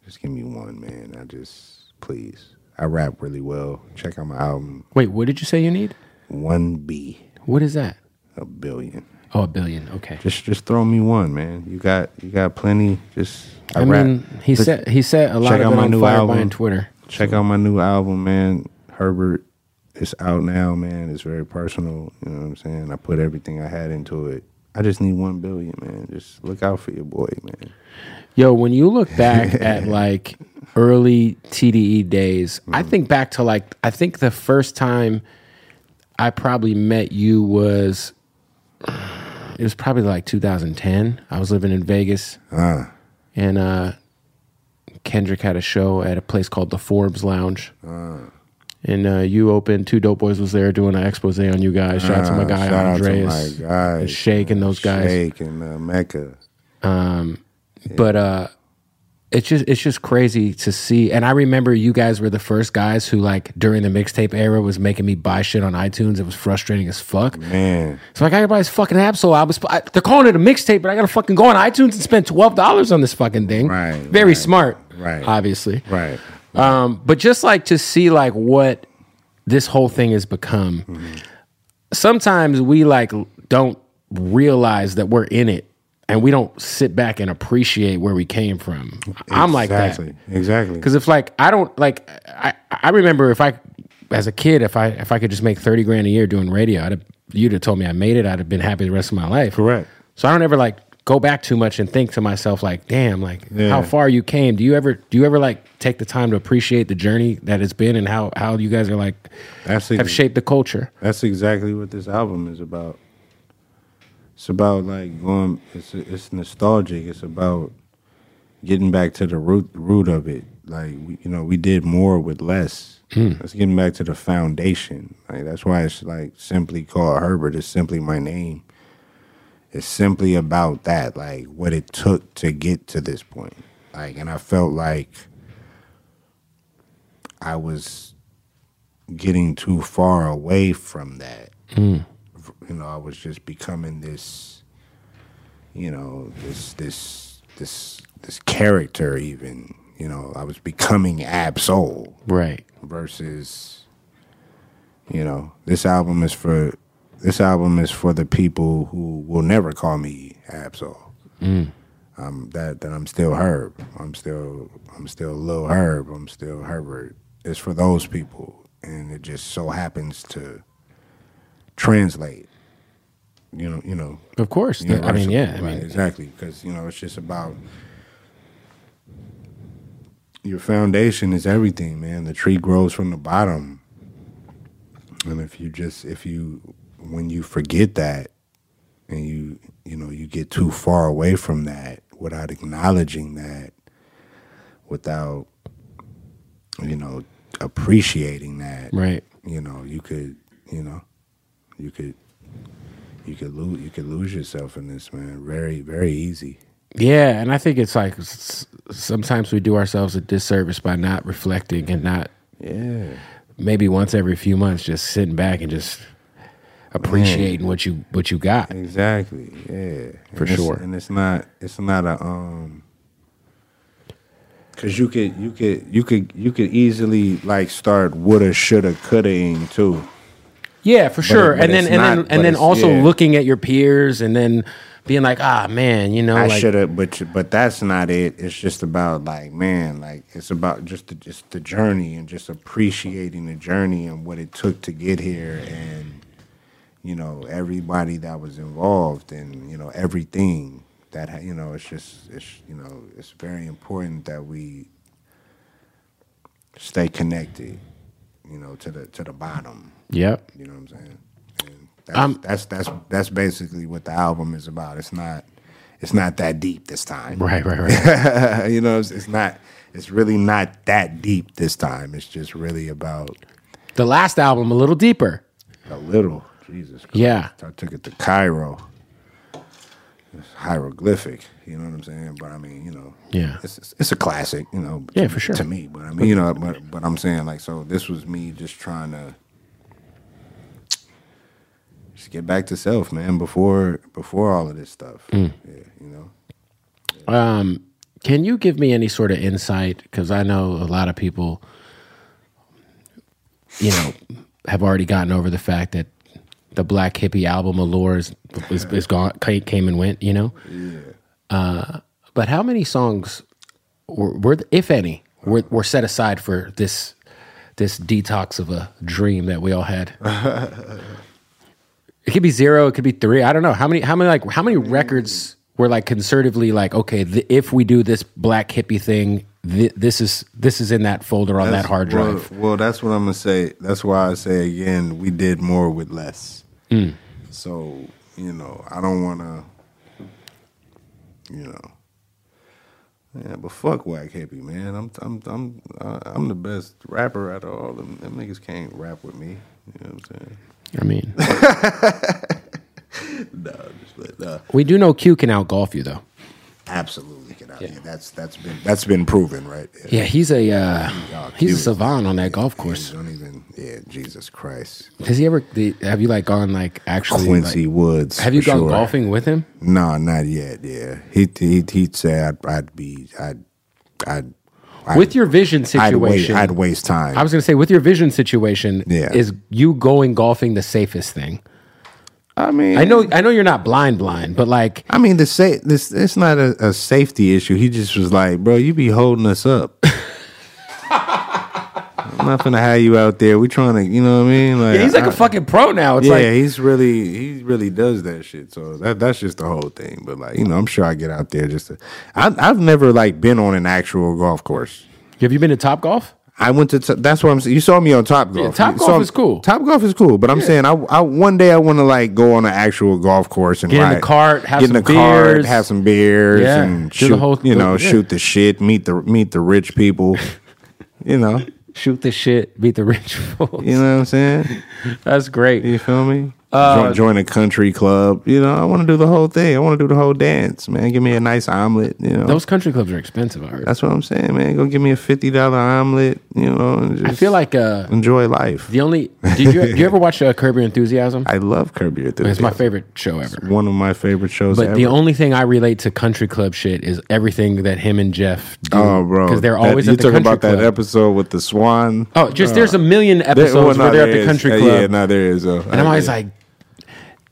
Just give me one, man. I just please. I rap really well. Check out my album,
wait, what did you say you need?
one B,
What is that?
a billion.
Oh, a billion. Okay.
Just just throw me one, man. You got you got plenty. Just
I mean, he said he said a lot
check
of
out
it
my
on
new
Fire
album.
by on Twitter.
Check out my new album, man. Herbert. It's out now, man. It's very personal. You know what I'm saying? I put everything I had into it. I just need one billion, man. Just look out for your boy, man.
Yo, when you look back at like early TDE days, I
Mm.
think back to like I think the first time I probably met you was it was probably like 2010. I was living in Vegas,
Ah.
and uh, Kendrick had a show at a place called the Forbes Lounge.
Ah.
And uh, you opened. Two dope boys was there doing an expose on you guys. Shout out to my guy
Ah, Shout out to
Andreas,
my guys,
and Shake, and those guys
Shake and uh, Mecca.
but uh it's just it's just crazy to see and i remember you guys were the first guys who like during the mixtape era was making me buy shit on itunes it was frustrating as fuck
Man,
so i gotta buy this fucking app so i was I, they're calling it a mixtape but i gotta fucking go on itunes and spend $12 on this fucking thing
Right,
very
right,
smart
right.
obviously
right.
um, but just like to see like what this whole thing has become. Sometimes we like don't realize that we're in it, and we don't sit back and appreciate where we came from. I'm like that
exactly, exactly.
because if like I don't like I I remember if I as a kid if I if I could just make thirty grand a year doing radio, I'd have, you'd have told me I made it. I'd have been happy the rest of my life.
Correct.
So I don't ever like go back too much and think to myself like, damn, like
Yeah.
how far you came. Do you ever do you ever like take the time to appreciate the journey that it's been and how how you guys are like
That's
have
ex-
shaped the culture?
That's exactly what this album is about. It's about like going. It's it's nostalgic. It's about getting back to the root root of it. Like we, you know, we did more with less. That's getting back to the foundation. Like that's why it's like simply called Herbert. It's simply my name. It's simply about that. Like what it took to get to this point. Like, and I felt like I was getting too far away from that. You know, I was just becoming this, you know, this this this this character. Even you know, I was becoming Absol
Right.
versus, you know, this album is for this album is for the people who will never call me Absol. Um, that that I'm still Herb. I'm still I'm still Lil Herb. I'm still Herbert. It's for those people, and it just so happens to translate. You know, you know.
Of course.
you know,
I mean,
so-
yeah. I
right,
mean,
exactly, because you know it's just about your foundation is everything, man. The tree grows from the bottom, and if you just if you when you forget that, and you you know you get too far away from that without acknowledging that, without you know appreciating that,
right.
you know you could you know you could you could lose you could lose yourself in this man very very easy
Yeah, and I think it's like s- sometimes we do ourselves a disservice by not reflecting and not
Yeah.
maybe once every few months just sitting back and just appreciating what you what you got.
Exactly. Yeah.
For
And it's-
sure.
And it's not it's not a um cuz you could you could you could you could easily like start woulda shoulda couldaing too.
Yeah, for sure.
but
and then
it's
and
not-
then
but
and then
it's-
also
yeah.
looking at your peers and then being like, ah, man, you know,
I
like,
should have but you- but that's not it. It's just about like man, like it's about just the, just the journey and just appreciating the journey and what it took to get here and you know everybody that was involved and you know everything that ha- you know it's just it's you know it's very important that we stay connected you know to the to the bottom
yep.
you know what I'm saying? And that's, that's that's that's basically what the album is about. It's not it's not that deep this time.
Right, right, right.
you know, it's, it's not it's really not that deep this time. It's just really about
the last album a little deeper.
a little. Jesus Christ.
Yeah.
I took it to Cairo. It's hieroglyphic, you know what I'm saying? But I mean, you know,
Yeah.
it's it's, it's a classic, you know.
Yeah,
to-
for sure.
To me, but I mean, you know, but but I'm saying like, so this was me just trying to just get back to self, man. Before before all of this stuff,
Mm.
yeah, you know.
Can you give me any sort of insight? Because I know a lot of people, you know, have already gotten over the fact that the Black Hippie album Allure is, is, is gone, ca- came and went, you know? Yeah. Uh, but how many songs were, were if any, were, were set aside for this this detox of a dream that we all had? it could be zero, it could be three. I don't know how many how many like how many records were like conservatively like okay, th- if we do this black hippie thing, th- this is this is in that folder on that
That's-
hard
well-
drive.
Well, that's what I'm gonna say. That's why I say again, we did more with less.
Hmm.
So you know, I don't wanna, you know, yeah. But fuck whack hippie, man. I'm I'm I'm uh, I'm the best rapper out of all them. Them niggas can't rap with me. You know what I'm saying?
I mean,
But uh,
we do know Q can outgolf you though.
absolutely get out. Yeah. that's that's been that's been proven, right?
Yeah, he's a uh, he's a
Q.
savant on that golf course.
Don't even. Yeah, Jesus Christ.
Has he ever? did- Have you like gone like actually? like-
Quincy Woods.
have you
for
gone
sure.
golfing with him?
No, not yet. Yeah, he he he'd say I'd, I'd be I'd I'd, I'd
with your vision
I'd waste,
situation,
I'd waste time.
I was going to say, with your vision situation,
Yeah.
is you going golfing the safest thing?
I mean,
I know, I know, you're not blind, blind, but like,
I mean, the sa- this it's not a, a safety issue. He just was like, bro, you be holding us up. I'm not gonna have you out there. We trying to, you know what I mean? Like,
yeah, he's like
I-
a fucking pro now. It's
yeah,
like,
he's really he really does that shit. So that that's just the whole thing. But like, you know, I'm sure I get out there just to. I, I've never like been on an actual golf course.
have you been to Top Golf?
I went to. T- that's what I'm. saying. You saw me on Top Golf.
Top
You
Golf
saw-
is cool.
Top Golf is cool, but I'm saying I, I one day I want to like go on an actual golf course and
Get in the
ride-
cart, have
get in
some
the cart,
beers.
have some beers,
Yeah,
and
do the
shoot,
whole-
you know,
yeah.
shoot the shit, meet the meet the rich people, you know,
Shoot the shit, beat the rich fool.
you know what I'm saying.
That's great.
You feel me?
Uh,
join, join a country club. You know, I want to do the whole thing. I want to do the whole dance, man. Give me a nice omelet. You know,
Those country clubs are expensive. I, heard.
that's what I'm saying, man. Go give me a fifty dollar omelet. You know, and just
I feel like uh,
enjoy life.
the only. Did you, do you ever watch uh, Curb Your Enthusiasm?
I love Curb Your Enthusiasm.
It's my favorite show ever.
one of my favorite shows.
But
ever.
the only thing I relate to country club shit is everything that him and Jeff do.
oh, bro,
because they're
That-
always
you
at the
talking
country
about that
club.
episode with the swan.
Oh, just there's a million episodes
well, no,
where they're at
there
the
is.
country
Uh,
club.
Yeah, no, there is. Oh,
And I'm always
yeah.
like,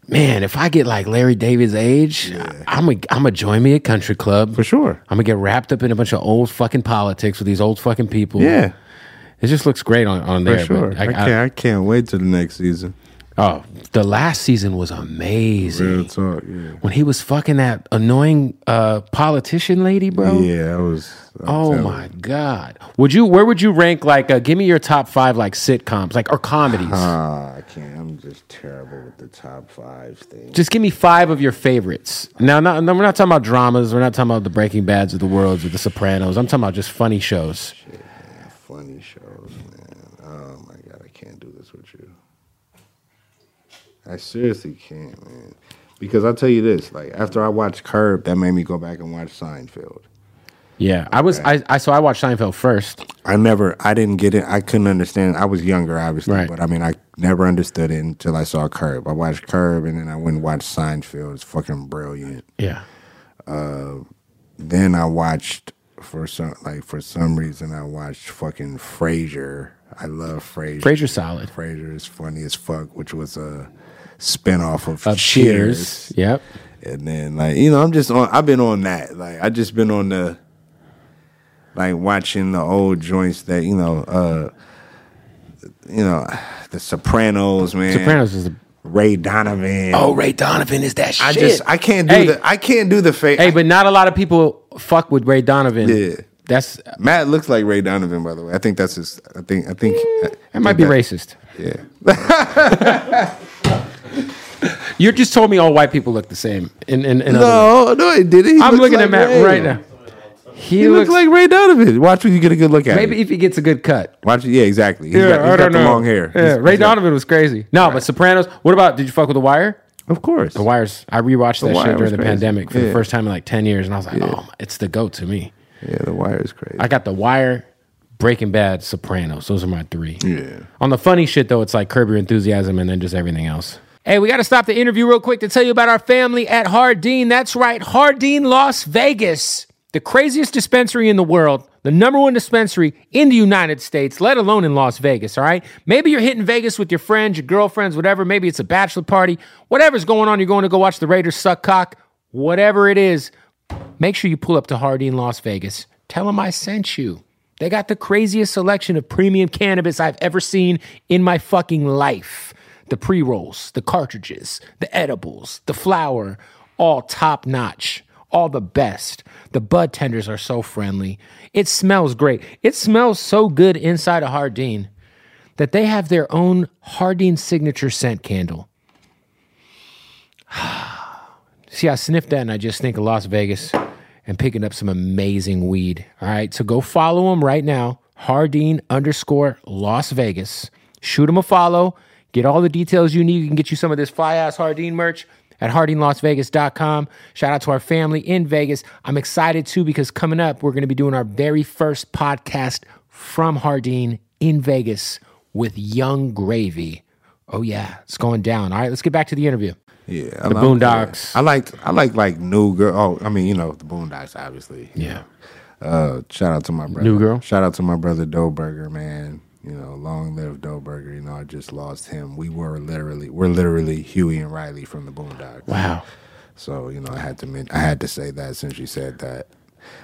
man, if I get like Larry David's age, I'm gonna I'm gonna join me at country club
for sure.
I'm gonna get wrapped up in a bunch of old fucking politics with these old fucking people.
Yeah,
it just looks great on on
for
there. but
sure. I,
I- I-
can't. I can't wait till the next season.
oh, the last season was amazing.
Real talk. Yeah,
When he was fucking that annoying uh, politician lady, bro.
yeah. I was. I'm
Oh
telling
my god! Would you? Where would you rank? Like, uh, give me your top five like sitcoms, like or comedies.
you. Ah, I can't. I'm just terrible with the top five thing.
Just give me five of your favorites. Now, not, no, we're not talking about dramas. We're not talking about the Breaking Bad's of the worlds or the Sopranos. I'm talking about just funny shows.
Funny shows, man. Oh my god, I can't do this with you. I seriously can't, man.
Because I'll tell you this, like after I watched Curb, that made me go back and watch Seinfeld.
Yeah, I was. I, I so I watched Seinfeld first.
I never, I didn't get it. I couldn't understand. it. I was younger, obviously,
Right.
but I mean, I never understood it until I saw Curb. I watched Curb, and then I went and watched Seinfeld. It's fucking brilliant.
Yeah,
Then I watched for some, like for some reason, I watched fucking Frasier. I love Frasier.
Frasier's solid.
Frasier is funny as fuck, which was a spinoff of,
Of Uh,
Cheers.
Cheers. Yep.
And then like you know, I'm just on. I've been on that. Like I just been on the like watching the old joints that you know, uh you know, the Sopranos, man.
Sopranos is. A,
Ray Donovan.
Oh, Ray Donovan is that shit.
I just I can't do
Hey.
the I can't do the face.
Hey, but not a lot of people fuck with Ray Donovan.
Yeah.
That's that
Matt looks like Ray Donovan, by the way. I think that's his. I think I think that
might be racist.
Yeah.
You just told me all white people look the same. In in, in other words.
No, no, it didn't. He
I'm
looks
looking
like
at Matt
Ray.
right now. He,
He
looks,
looks like Ray Donovan. Watch when you get a good look at
maybe
him.
if he gets a good cut.
Watch it. Yeah, exactly. He's got, he's got the long hair.
Yeah,
He's-
Ray
he's got-
Donovan was crazy. No, but Sopranos. What about? Did you fuck with The Wire?
Of course.
The Wires. I rewatched that
Wire
shit
was
during the
crazy.
pandemic for
Yeah.
the first time in like ten years, and I was like, oh, it's the go to me.
Yeah, the wire is crazy.
I got The Wire, Breaking Bad, Sopranos. Those are my three.
Yeah.
On the funny shit, though, it's like Curb Your Enthusiasm and then just everything else. Hey, we got to stop the interview real quick to tell you about our family at Hardeen. That's right, Hardeen Las Vegas, the craziest dispensary in the world, the number one dispensary in the United States, let alone in Las Vegas, all right? Maybe you're hitting Vegas with your friends, your girlfriends, whatever. Maybe it's a bachelor party. Whatever's going on, you're going to go watch the Raiders suck cock. Whatever it is, make sure you pull up to Hardeen Las Vegas. Tell them I sent you. They got the craziest selection of premium cannabis I've ever seen in my fucking life. The pre rolls, the cartridges, the edibles, the flower, all top notch, all the best. The bud tenders are so friendly. It smells great. It smells so good inside of Hardeen that they have their own Hardeen signature scent candle. See, I sniffed that and I just think of Las Vegas and picking up some amazing weed. All right. So go follow them right now. Hardeen underscore Las Vegas. Shoot them a follow. Get all the details you need. You can get you some of this fly ass Hardeen merch at hardeenlasvegas.com. Shout out to our family in Vegas. I'm excited too because coming up, we're going to be doing our very first podcast from Hardeen in Vegas with Young Gravy. Oh, yeah. It's going down. All right. Let's get back to the interview.
yeah, the
Boondocks.
I liked I like like New Girl. Oh, I mean, you know, the Boondocks, obviously.
Yeah.
Uh, shout out to my brother.
New Girl?
Shout out to my brother Doughburger, man. You know, long live Doughburger. You know, I just lost him. We were literally we're literally Huey and Riley from the Boondocks.
Wow.
So you know, I had to men- I had to say that since you said that.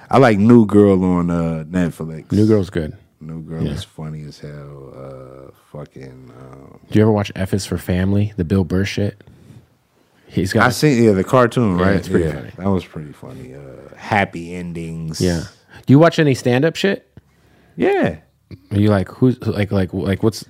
I like New Girl on uh, Netflix.
New Girl's good.
New Girl is funny as hell. Uh, fucking. Um,
Do you ever watch F is for Family, the Bill Burr shit? He's
I
got.
seen yeah the cartoon right.
it's pretty funny.
That was pretty funny. Uh, happy endings.
yeah. Do you watch any stand up shit?
yeah.
Are you like who's like like like what's?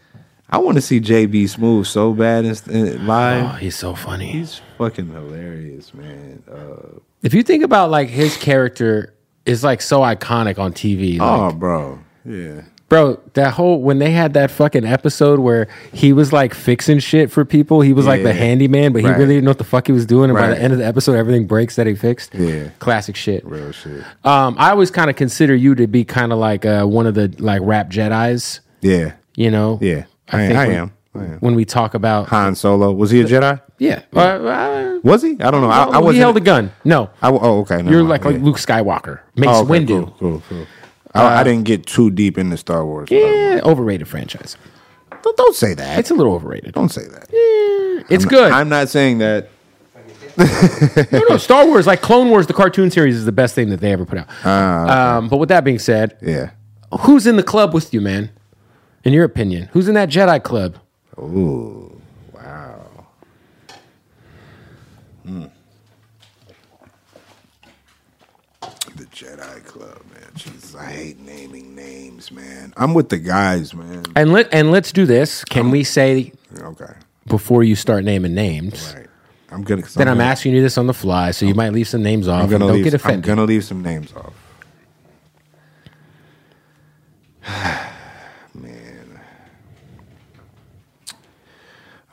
I want to see JB Smooth so bad in, in live.
Oh, he's so funny.
He's fucking hilarious, man. Uh,
if you think about like his character is like so iconic on TV. Like,
oh, bro. Yeah.
Bro, that whole when they had that fucking episode where he was like fixing shit for people, he was like the
Yeah.
handyman, but he
Right.
really didn't know what the fuck he was doing. And by
Right.
the end of the episode, everything breaks that he fixed.
Yeah.
classic shit.
Real shit.
Um, I always kind of consider you to be kind of like uh, one of the like rap Jedi's.
Yeah.
You know?
Yeah. I,
think
I
when-
am. I am.
When we talk about
Han Solo was he a Jedi?
yeah, Uh, uh,
Was he? I don't know. I, I
he
wasn't.
held a gun. No,
I, oh, okay. never
you're
mind.
like,
Yeah.
like Luke Skywalker, Mace
Oh, okay,
Windu.
Cool, cool, cool. I, I didn't get too deep into Star Wars. but
Yeah, overrated franchise.
Don't, don't say that.
It's a little overrated.
don't say that.
It's good.
I'm not saying that.
no, no, Star Wars, like Clone Wars, the cartoon series is the best thing that they ever put out.
Ah,
um, but with that being said,
Yeah.
who's in the club with you, man? In your opinion, who's in that Jedi club?
Ooh. Wow. Hmm. The Jedi Club, man. Jesus, I hate naming names, man. I'm with the guys, man.
And let and let's do this. Can we say
Okay.
before you start naming names?
All right. I'm gonna.
Then I'm
gonna-
asking you this on the fly, so you might leave some names off.
I'm gonna
don't
leave.
get
I'm
offended.
gonna leave some names off. Man,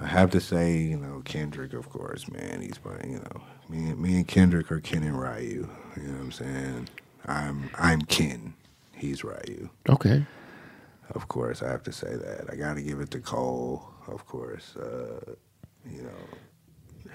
I have to say, you know, Kendrick, of course, man. He's my, you know, me, me and Kendrick are Ken and Ryu. You know what I'm saying? I'm I'm Ken. He's Ryu.
Okay.
Of course, I have to say that. I got to give it to Cole, of course. Uh, you know,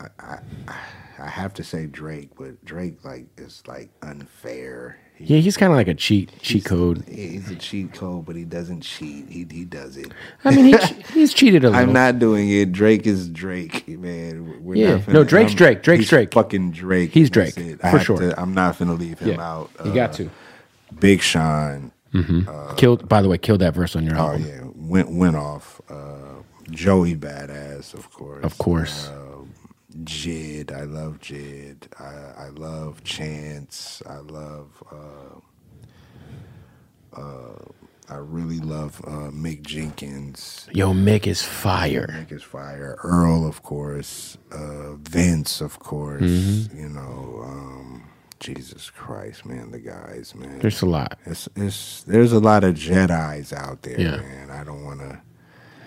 I, I, I- I have to say Drake, but Drake like is like unfair. He-
Yeah, he's kind of like a cheat cheat code.
He's a cheat code, but he doesn't cheat. He he does it.
I mean, he, che- he's cheated a little.
I'm not doing it. Drake is Drake, man. We're
Yeah.
not finna-
No, Drake's
I'm-
Drake. Drake's
he's
Drake.
Fucking Drake.
He's
That's
Drake,
it. I
for
have
sure.
to- I'm not finna leave him
Yeah.
out.
you
Uh,
got to
Big Sean.
killed. By the way, killed that verse on your
uh, Oh
album.
yeah, went went off. Uh, Joey Badass, of course.
Of course.
Uh, Jid, I love Jid. I, I love Chance. I love. Uh, uh, I really love uh, Mick Jenkins.
Yo, Mick is fire.
Nick is fire. Earl, of course. Uh, Vince, of course.
Mm-hmm.
You know, um, Jesus Christ, man, the guys, man.
There's a lot.
It's, it's, there's a lot of Jedi's out there,
Yeah.
man. I don't want to.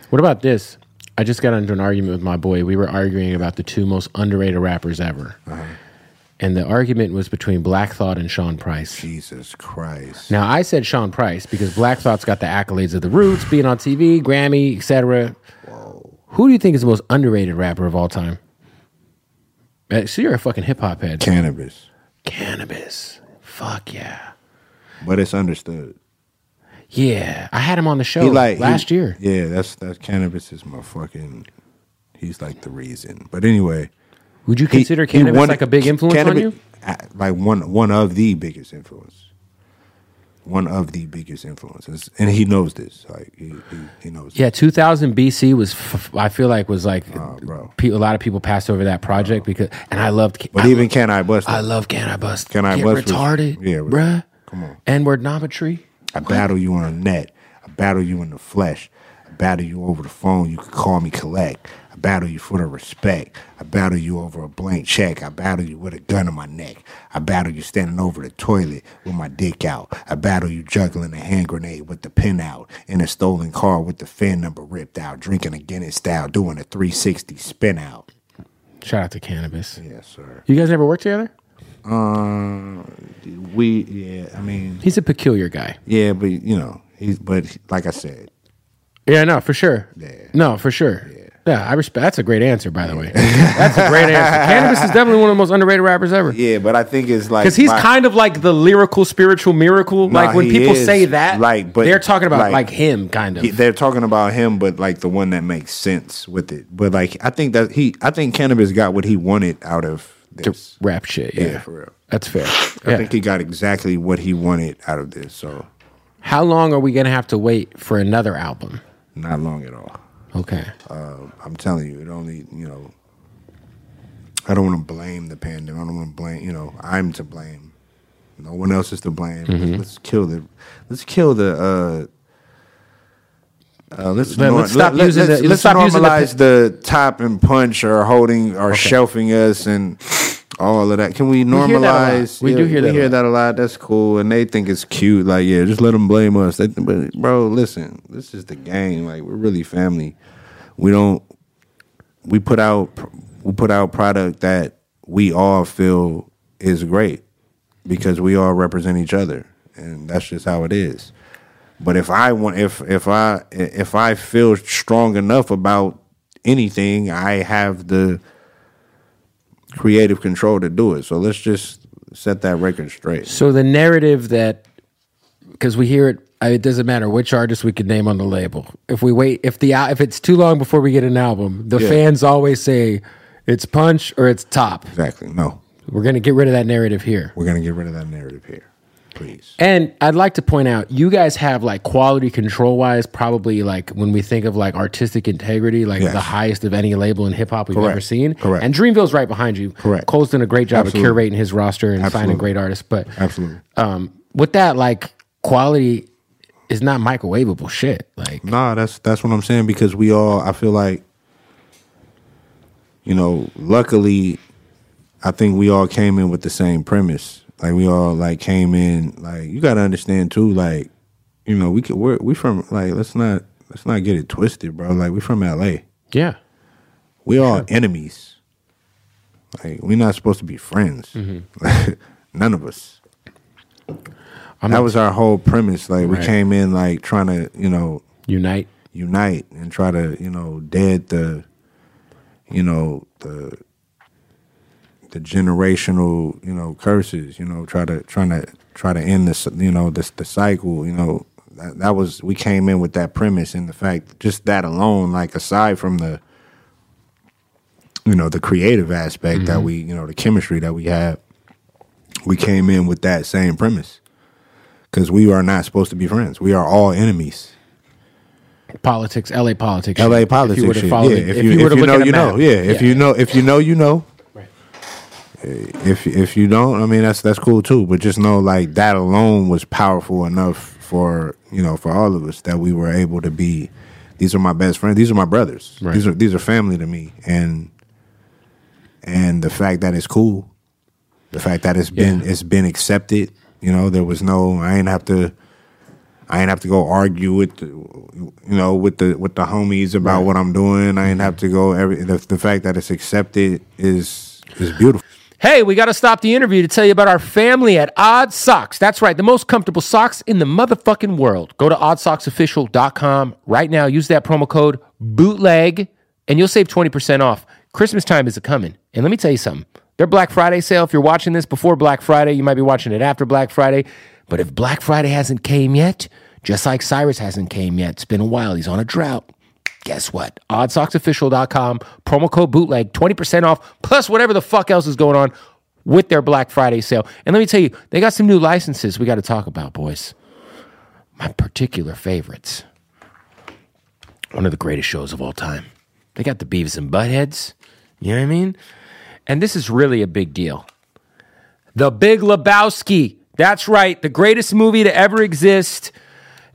What about this? I just got into an argument with my boy. We were arguing about the two most underrated rappers ever.
Uh-huh.
And the argument was between Black Thought and Sean Price.
Jesus Christ.
Now, I said Sean Price because Black Thought's got the accolades of the roots, being on TV, Grammy, etc. Who do you think is the most underrated rapper of all time? Uh, So you're a fucking hip hop head.
Cannabis.
Cannabis. Fuck yeah.
But it's understood.
Yeah. I had him on the show
He like he-
Oh, last year.
Yeah, that's that cannabis is my fucking he's like the reason. But anyway,
Would you
he-
consider
he
cannabis
wanted-
like a big influence
cannabis-
on you?
I- Like one one of the biggest influence. One of the biggest influences. And he knows this. Like he he, he knows
Yeah, 2000 BC was f- I feel like was like
Oh, bro. Oh.
pe- a lot of people passed over that project because and I loved Ca-
But
I,
even
lo-
Can I Bust It?
I love Can I Bust
Can I
Get
Bust was-
retarded?
yeah, was-
bruh.
come on.
N word nometry.
I battle you on a net. I battle you in the flesh. I battle you over the phone. You can call me collect. I battle you for the respect. I battle you over a blank check. I battle you with a gun in my neck. I battle you standing over the toilet with my dick out. I battle you juggling a hand grenade with the pin out in a stolen car with the fan number ripped out, drinking a Guinness style, doing a 360 spin out.
Shout out to Cannabis.
Yes, sir.
You guys never worked together?
Um, we yeah. I mean,
He's a peculiar guy.
yeah, but you know, he's but like I said,
Yeah, no, for sure.
Yeah.
No, for sure. Yeah. I respect. That's a great answer, by the way. That's a great answer. Cannabis is definitely one of the most underrated rappers ever.
yeah, but I think it's like
Because he's
my-
kind of like the lyrical spiritual miracle.
Nah,
like when
he
people
is,
say that,
like, but-
they're talking about like,
like-
him, kind of.
he- they're talking about him, but like the one that makes sense with it. But like, I think that he, I think cannabis got what he wanted out of this.
rap shit. Yeah,
Yeah, for real.
That's fair.
I
Yeah.
think he got exactly what he wanted out of this. So
How long are we gonna have to wait for another album?
not long at all. Uh,
Okay.
I'm telling you, it only you know. I don't want to blame the pandemic. I don't want to blame. You know, I'm to blame. No one else is to blame.
Mm-hmm.
Let's, let's kill the. Let's kill the. Uh, uh, let's,
Let-
nor-
let's stop
let-
using the-
let's,
let's
let's
stop using the-
normalize the, top and punch or holding or shelving us and all of that. Can we
hear that a lot.
normalize?
We do hear that a
We hear
lot.
that a lot. That's cool, and they think it's cute. Like, yeah, just let them blame us. They, but bro, listen, this is the game. Like, we're really family. We don't. We put out. We put out product that we all feel is great because we all represent each other, and that's just how it is. But if I want, if if I if I feel strong enough about anything, I have the creative control to do it. So let's just set that record straight.
so the narrative that because we hear it, I- it doesn't matter which artist we could name on the label. If we wait, if the al- if it's too long before we get an album, the
Yeah.
fans always say it's punch or it's top.
Exactly. No,
We're gonna get rid of that narrative here.
we're gonna get rid of that narrative here, please.
And I'd like to point out, you guys have like quality control wise, probably like when we think of like artistic integrity, like
Yes.
the highest of any label in hip hop we've
Correct.
ever seen.
Correct.
And Dreamville's right behind you.
Correct.
Cole's done a great job
Absolutely.
of curating his roster and finding
Absolutely.
great artists. But
Absolutely.
um, with that, like quality is not microwavable shit. Like
Nah, that's that's what I'm saying because we all. I feel like, you know, luckily, I think we all came in with the same premise. Like we all like came in like you got to understand too. Like, you know, we could we're we from like let's not let's not get it twisted, bro. Like we from LA.
Yeah.
We all enemies. Like we're not supposed to be friends. None of us.
Mm-hmm. I'm
that
not-
was our whole premise. Like we
Right.
came in like trying to, you know,
Unite.
unite and try to, you know, dead the, you know, the, the generational, you know, curses. You know, try to trying to try to end this, you know, this the cycle. You know, that, that was we came in with that premise and the fact just that alone. Like aside from the, you know, the creative aspect that we, you know, the chemistry that we have, we came in with that same premise. Because we are not supposed to be friends. We are all enemies.
Politics, LA politics.
LA
shit.
politics.
If you were to
shit.
follow
yeah,
it-
if you, if
were to
you
look
know,
at a
you know.
map.
Yeah, if you know, if you know, you know. If if you don't, I mean that's that's cool too. But just know like that alone was powerful enough for you know for all of us that we were able to be. These are my best friends. These are my brothers.
Right.
These are these are family to me. And and the fact that it's cool, the fact that it's been
Yeah.
it's been accepted. You know, there was no I ain't have to. I ain't have to go argue with, the, you know, with the with the homies about what I'm doing. I ain't have to go every. The, the fact that it's accepted is is beautiful.
Hey, we got to stop the interview to tell you about our family at Odd Socks. That's right, the most comfortable socks in the motherfucking world. Go to oddsocksofficial.com right now. Use that promo code bootleg and you'll save 20% off. Christmas time is a coming. And let me tell you something. Their Black Friday sale, if you're watching this before Black Friday, you might be watching it after Black Friday, but if Black Friday hasn't came yet, just like Cyrus hasn't came yet, it's been a while. He's on a drought guess what? Oddsocksofficial.com, promo code bootleg, 20% off, plus whatever the fuck else is going on with their Black Friday sale. And let me tell you, they got some new licenses we got to talk about, boys. My particular favorites. One of the greatest shows of all time. They got the Beavis and Buttheads. You know what I mean? And this is really a big deal. The Big Lebowski. That's right, the greatest movie to ever exist.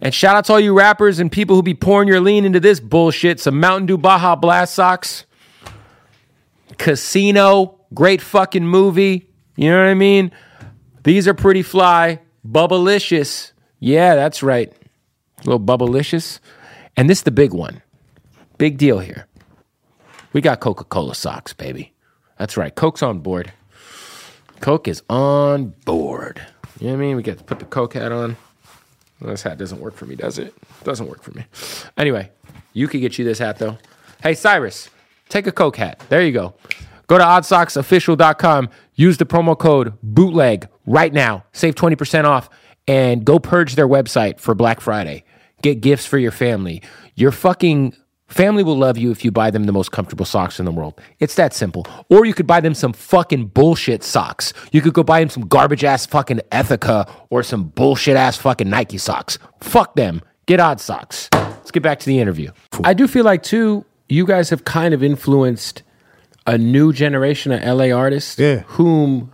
And shout out to all you rappers and people who be pouring your lean into this bullshit. Some Mountain Dew Baja Blast socks. Casino, great fucking movie. You know what I mean? These are pretty fly. Bubblicious. Yeah, that's right. A little bubblicious. And this is the big one. Big deal here. We got Coca-Cola socks, baby. That's right. Coke's on board. Coke is on board. You know what I mean? We got to put the Coke hat on. Well, This hat doesn't work for me, does it? Doesn't work for me. Anyway, you could get you this hat though. Hey, Cyrus, take a Coke hat. There you go. Go to oddsocksofficial.com. Use the promo code bootleg right now. Save 20% off and go purge their website for Black Friday. Get gifts for your family. Your fucking family will love you if you buy them the most comfortable socks in the world. It's that simple. Or you could buy them some fucking bullshit socks. You could go buy them some garbage ass fucking Ethica or some bullshit ass fucking Nike socks. Fuck them. Get odd socks. Let's get back to the interview. I do feel like too, you guys have kind of influenced a new generation of LA artists
Yeah.
whom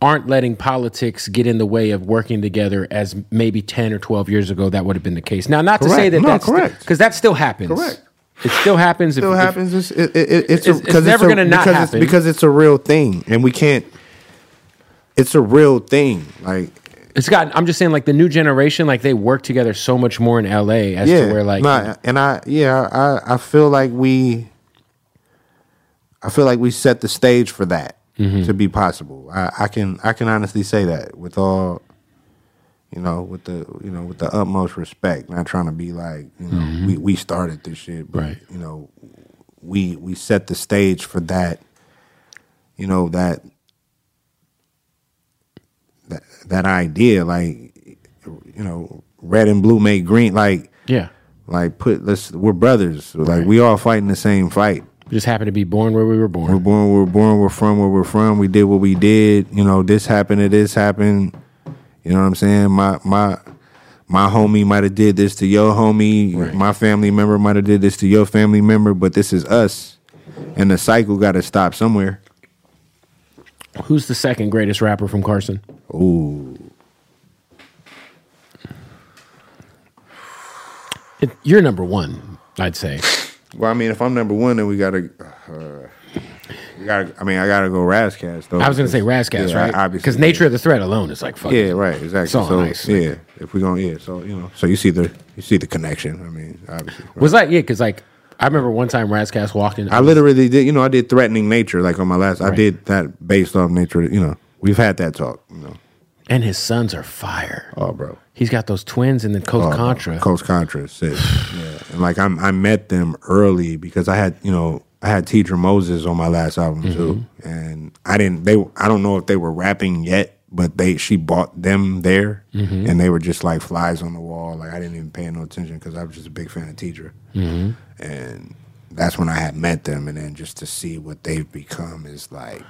aren't letting politics get in the way of working together as maybe 10 or 12 years ago that would have been the case. Now, not to say
Correct.
that
No,
that's
correct.
because that still happens.
Correct.
It still happens.
still
if, if-
happens. It's, it, it, it- it's,
It's-
a-
it's
'cause
never
a-
gonna not
because
happen.
It's, because it's a real thing, and we can't. It's a real thing. Like
it's gotten. I'm just saying, like the new generation, like they work together so much more in LA as
yeah,
to where like
nah, and I yeah I I feel like we. I feel like we set the stage for that
Mm-hmm.
to be possible. I, I can I can honestly say that with all, you know, with the you know with the utmost respect. Not trying to be like you know we, we started this shit, but
Mm-hmm. Right.
you know we we set the stage for that. You know that that that idea, like you know, red and blue make green, like
yeah,
like put let's we're brothers, like we all fighting the same fight.
we just happened to be born where we were
We're
born.
born, we're born, we're from where we're from. We did what we did. You know, this happened to this happened. You know what I'm saying? My my my homie might have did this to your homie. My family member might have did this to your family member, but this is us. And the cycle gotta stop somewhere.
Who's the second greatest rapper from Carson?
Ooh.
It, you're number one, I'd say.
Well, I mean, if I'm number one, then uh, we gotta I, gotta, I mean, I gotta go Razzcast though.
I was gonna say
because-
Razzcast,
yeah,
right?
Obviously,
Because nature of the threat alone is like fucking.
Yeah, right. Exactly.
It's all
so
nice.
yeah, if we gonna yeah, so you know, so you see the you see the connection. I mean, obviously. right?
Was like yeah, because like I remember one time Razzcast walked in.
I literally did. You know, I did threatening nature. Like on my last, I did that based on nature. You know, we've had that talk. You know,
and his sons are fire.
oh, bro.
He's got those twins and then Coach
Oh, bro.
Contra.
Coach Contra, sick. yeah. And like I'm, I met them early because I had, you know, I had Teacher Moses on my last album too,
Mm-hmm.
and I didn't. They, I don't know if they were rapping yet, but they, she bought them there,
Mm-hmm.
and they were just like flies on the wall. Like I didn't even pay no attention because I was just a big fan of Teacher,
Mm-hmm.
and that's when I had met them, and then just to see what they've become is like,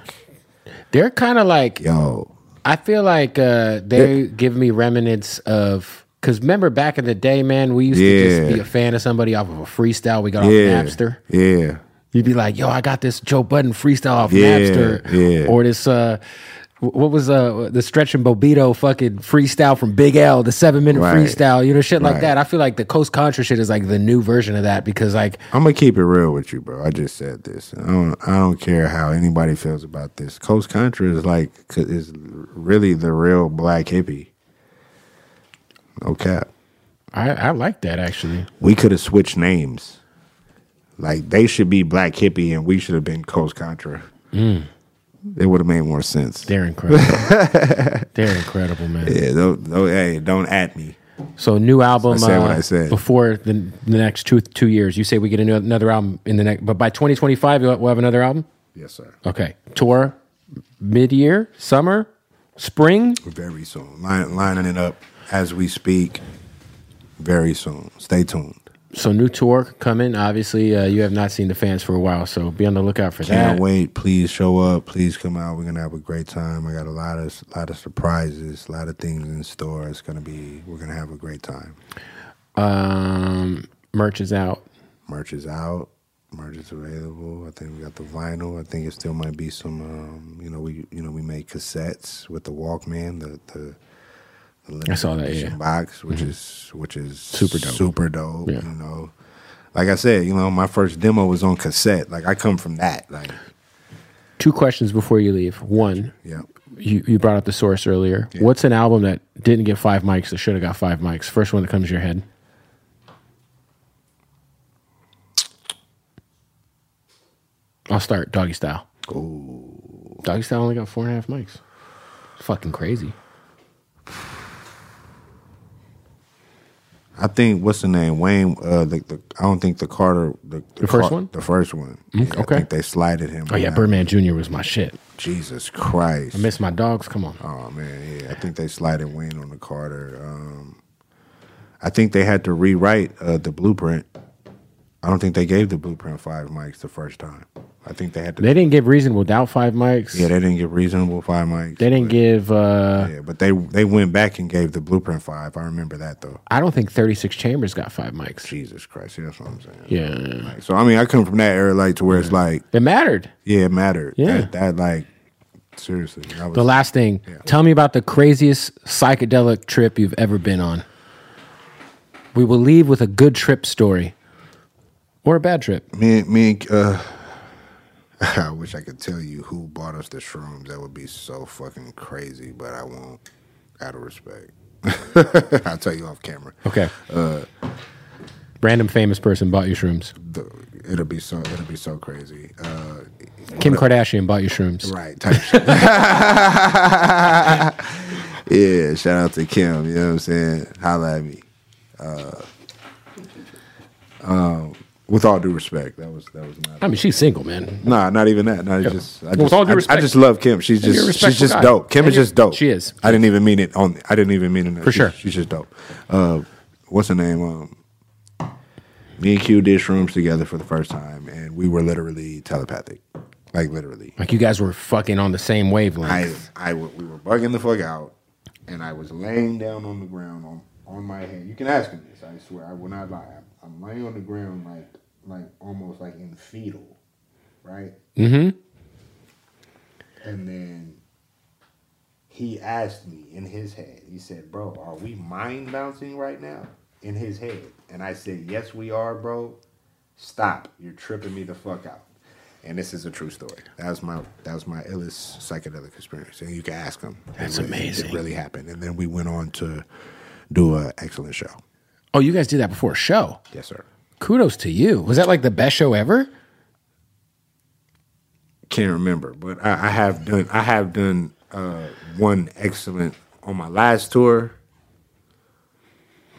They're kind of like
yo,
I feel like uh, they give me remnants of because remember back in the day, man, we used to just
Yeah.
be a fan of somebody off of a freestyle we got
yeah,
off Napster.
yeah.
You'd be like, "Yo, I got this Joe Budden freestyle off
Yeah,
Napster,"
yeah.
or this. Uh, wh- what was uh the stretch and Bobito fucking freestyle from Big L, the seven minute
Right.
freestyle, you know, shit like
Right.
that. I feel like the Coast Contra shit is like the new version of that because like
I'm gonna keep it real with you, bro. I just said this. I don't. I don't care how anybody feels about this. Coast Contra is like is really the real black hippie. No cap.
I, I like that actually.
We could have switched names. Like they should be black hippie, and we should have been Coast Contra. It would have made more sense.
They're incredible. They're incredible, man.
Yeah. Don't, don't, hey, don't at me.
So new album.
I said
uh,
what I said.
Before the, the next two two years, you say we get a new, another album in the next, but by 2025 you'll- we'll have another album.
Yes, sir.
Okay, tour mid year, summer, spring.
Very soon. Line, lining it up as we speak. Very soon. Stay tuned.
So new tour coming. Obviously, uh, you have not seen the fans for a while, so be on the lookout for
Can't
that.
wait. Please show up. Please come out. We're gonna have a great time. I got a lot of lot of surprises, a lot of things in store. It's gonna be we're gonna have a great time.
Um, merch is out.
Merch is out. Merch is available. I think we got the vinyl. I think it still might be some um, you know, we you know, we made cassettes with the Walkman, the the the limited
I saw that,
edition
yeah. Mm-hmm.
box, which is which is
Super dope.
super dope.
Yeah.
You know, like I said, you know, my first demo was on cassette. Like I come from that. Like,
Two questions before you leave. One,
yeah,
you, you brought up the source earlier. What's an album that didn't get five mics that should have got five mics? First one that comes to your head. I'll start doggy style. Doggy style only got four and a half mics. Fucking crazy.
I think what's the name Wayne. Uh, the, the I don't think the Carter the,
The first one? Mm,
the first one. Yeah,
okay.
I think they slided him.
Oh yeah,
on that.
Birdman Jr. was my shit.
Jesus Christ.
I miss my dogs. Come on.
oh man, yeah. I think they slided Wayne on the Carter. Um, I think they had to rewrite uh, the blueprint. I don't think they gave the blueprint five mics the first time. I think they had to.
They didn't give reasonable doubt five mics.
yeah, they didn't give reasonable five mics.
they didn't
but-
give. Uh,
Yeah, but they they went back and gave the blueprint five. I remember that though.
I don't think Thirty Six Chambers got five mics.
Jesus Christ, yeah, that's what I'm saying.
Yeah,
Like, so I mean, I come from that era, like to where it's like
it mattered.
Yeah, it mattered.
Yeah.
That, that, like seriously. That was
The last thing, tell me about the craziest psychedelic trip you've ever been on. We will leave with a good trip story or a bad trip.
me, me and uh I wish I could tell you who bought us the shrooms. That would be so fucking crazy, but I won't out of respect. I'll tell you off camera.
Okay. Uh, Random famous person bought you shrooms.
The- it'll be so it'll be so crazy. Uh
Kim Kardashian bought you shrooms.
right, type shit. yeah, shout out to Kim, you know what I'm saying? Holla at me. Uh um with all due respect, that was that was not
I mean, she's single, man.
Nah, not even that. Not just. I just,
with all due
I-
respect-
I, just love Kim. She's
you're a
just she's
respectful
just
guy.
dope. Kim
And
is
you're-
just dope.
she is.
I didn't even mean it on. I didn't even mean it
For sure.
She's just dope. Uh, what's her name? Um, me and Q did shrooms together for the first time, and we were literally telepathic, like literally.
Like you guys were fucking on the same wavelength.
I I w- we were bugging the fuck out, and I was laying down on the ground on on my head. You can ask him this. I swear I will not lie. I'm, I'm laying on the ground like like almost like in fetal, right? Mm-hmm. And then he asked me in his head. He said, "Bro, are we mind bouncing right now?" In his head, and I said, "Yes, we are, bro. Stop. You're tripping me the fuck out." And this is a true story. That was my that was my illest psychedelic experience. And you can ask him.
That's
It really-
amazing.
It really happened. And then we went on to do an excellent show.
Oh, you guys did that before a show.
Yes, sir.
Kudos to you. Was that like the best show ever?
Can't remember, but I, I have done I have done uh, one excellent on my last tour.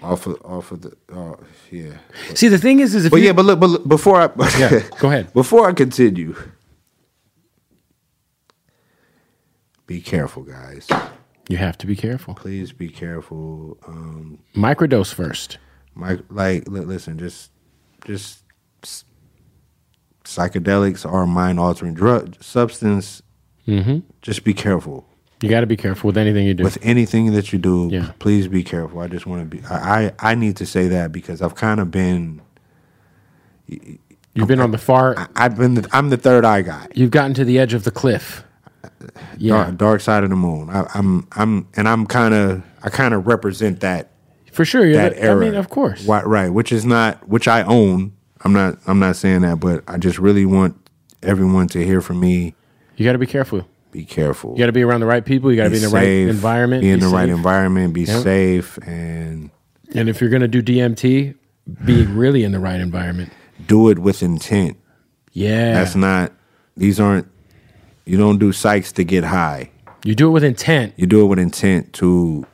Off of off of the uh, yeah.
See, the thing is, is if
But
you,
yeah, but look, but look, before I
Yeah, go ahead.
Before I continue,
Be careful, guys.
you have to be careful.
Please be careful. Um,
Microdose first.
Mike, like, li- listen, just, just s- psychedelics are a mind-altering drug substance. Mm-hmm. Just be careful
You got to be careful with anything you do.
with anything that you do.
Yeah.
Please be careful. I just want to be. I, I, I need to say that because I've kind of been.
You've been on the far.
I, I've been. The, I'm the third eye guy.
You've gotten to the edge of the cliff. Yeah,
Dark, dark side of the moon. I, I'm. I'm. And I'm kind of. I kind of represent that
for sure. You're
that
the-
era.
I mean, of course.
Why- right, which is not which I own. I'm not I'm not saying that, but I just really want everyone to hear from me.
You got to be careful. You
Be careful.
got to be around the right people. You got to be in the right environment.
Be in
be
the right
safe.
environment. Be safe and
And if you're gonna do DMT, be
Mm.
really in the right environment.
do it with intent.
Yeah,
That's not these aren't you don't do psychs to get high.
you do it with intent.
You do it with intent to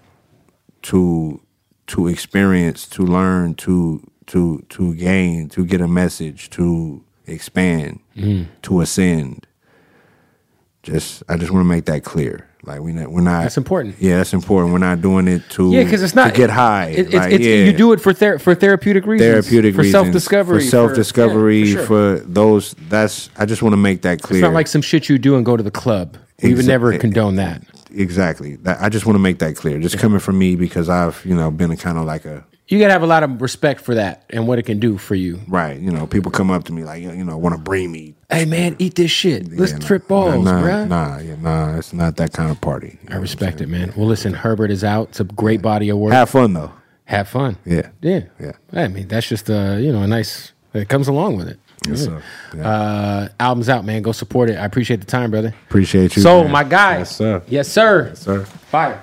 to to experience, to learn, to to to gain, to get a message, to expand,
Mm.
to ascend. Just I just want to make that clear. Like we not, we're not.
That's important.
Yeah, that's important. We're not doing it to
Yeah, because it's not
to get high.
It, it's,
Like,
it's,
yeah,
You do it for ther- for therapeutic reasons,
therapeutic
for
reasons,
self discovery,
for self discovery, for, those. That's I just want to make that clear.
It's not like some shit you do and go to the club. We would
Exa- eh,
never condone that.
exactly. That, I just want to make that clear. Just coming from me because I've you know been kind of like a
You gotta have a lot of respect for that and what it can do for you.
Right. You know, people come up to me like, you know, want to bring me.
Hey man, eat this shit. Let's
Yeah, nah,
trip balls,
nah,
bruh.
Nah, yeah, nah, it's not that kind of party.
I respect it, man. Well, listen, Herbert is out. It's a great body of work.
Have fun though.
Have fun.
Yeah.
Yeah.
Yeah.
I mean, that's just uh, you know, a nice it comes along with it.
Yes, sir. Yeah.
Uh album's out, man. Go support it. I appreciate the time, brother.
Appreciate you.
So
man.
my guy.
Yes, sir.
Yes, sir.
Yes, sir.
Fire.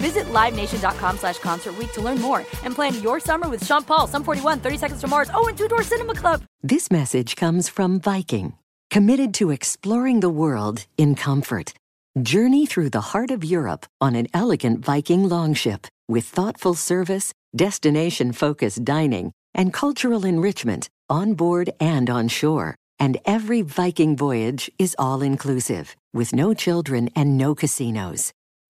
Visit LiveNation.com slash Concert Week to learn more and plan your summer with Sean Paul, Sum 41, 30 Seconds to Mars, oh, and Two Door Cinema Club.
This message comes from Viking, committed to exploring the world in comfort. Journey through the heart of Europe on an elegant Viking longship with thoughtful service, destination focused dining, and cultural enrichment on board and on shore. And every Viking voyage is all inclusive with no children and no casinos.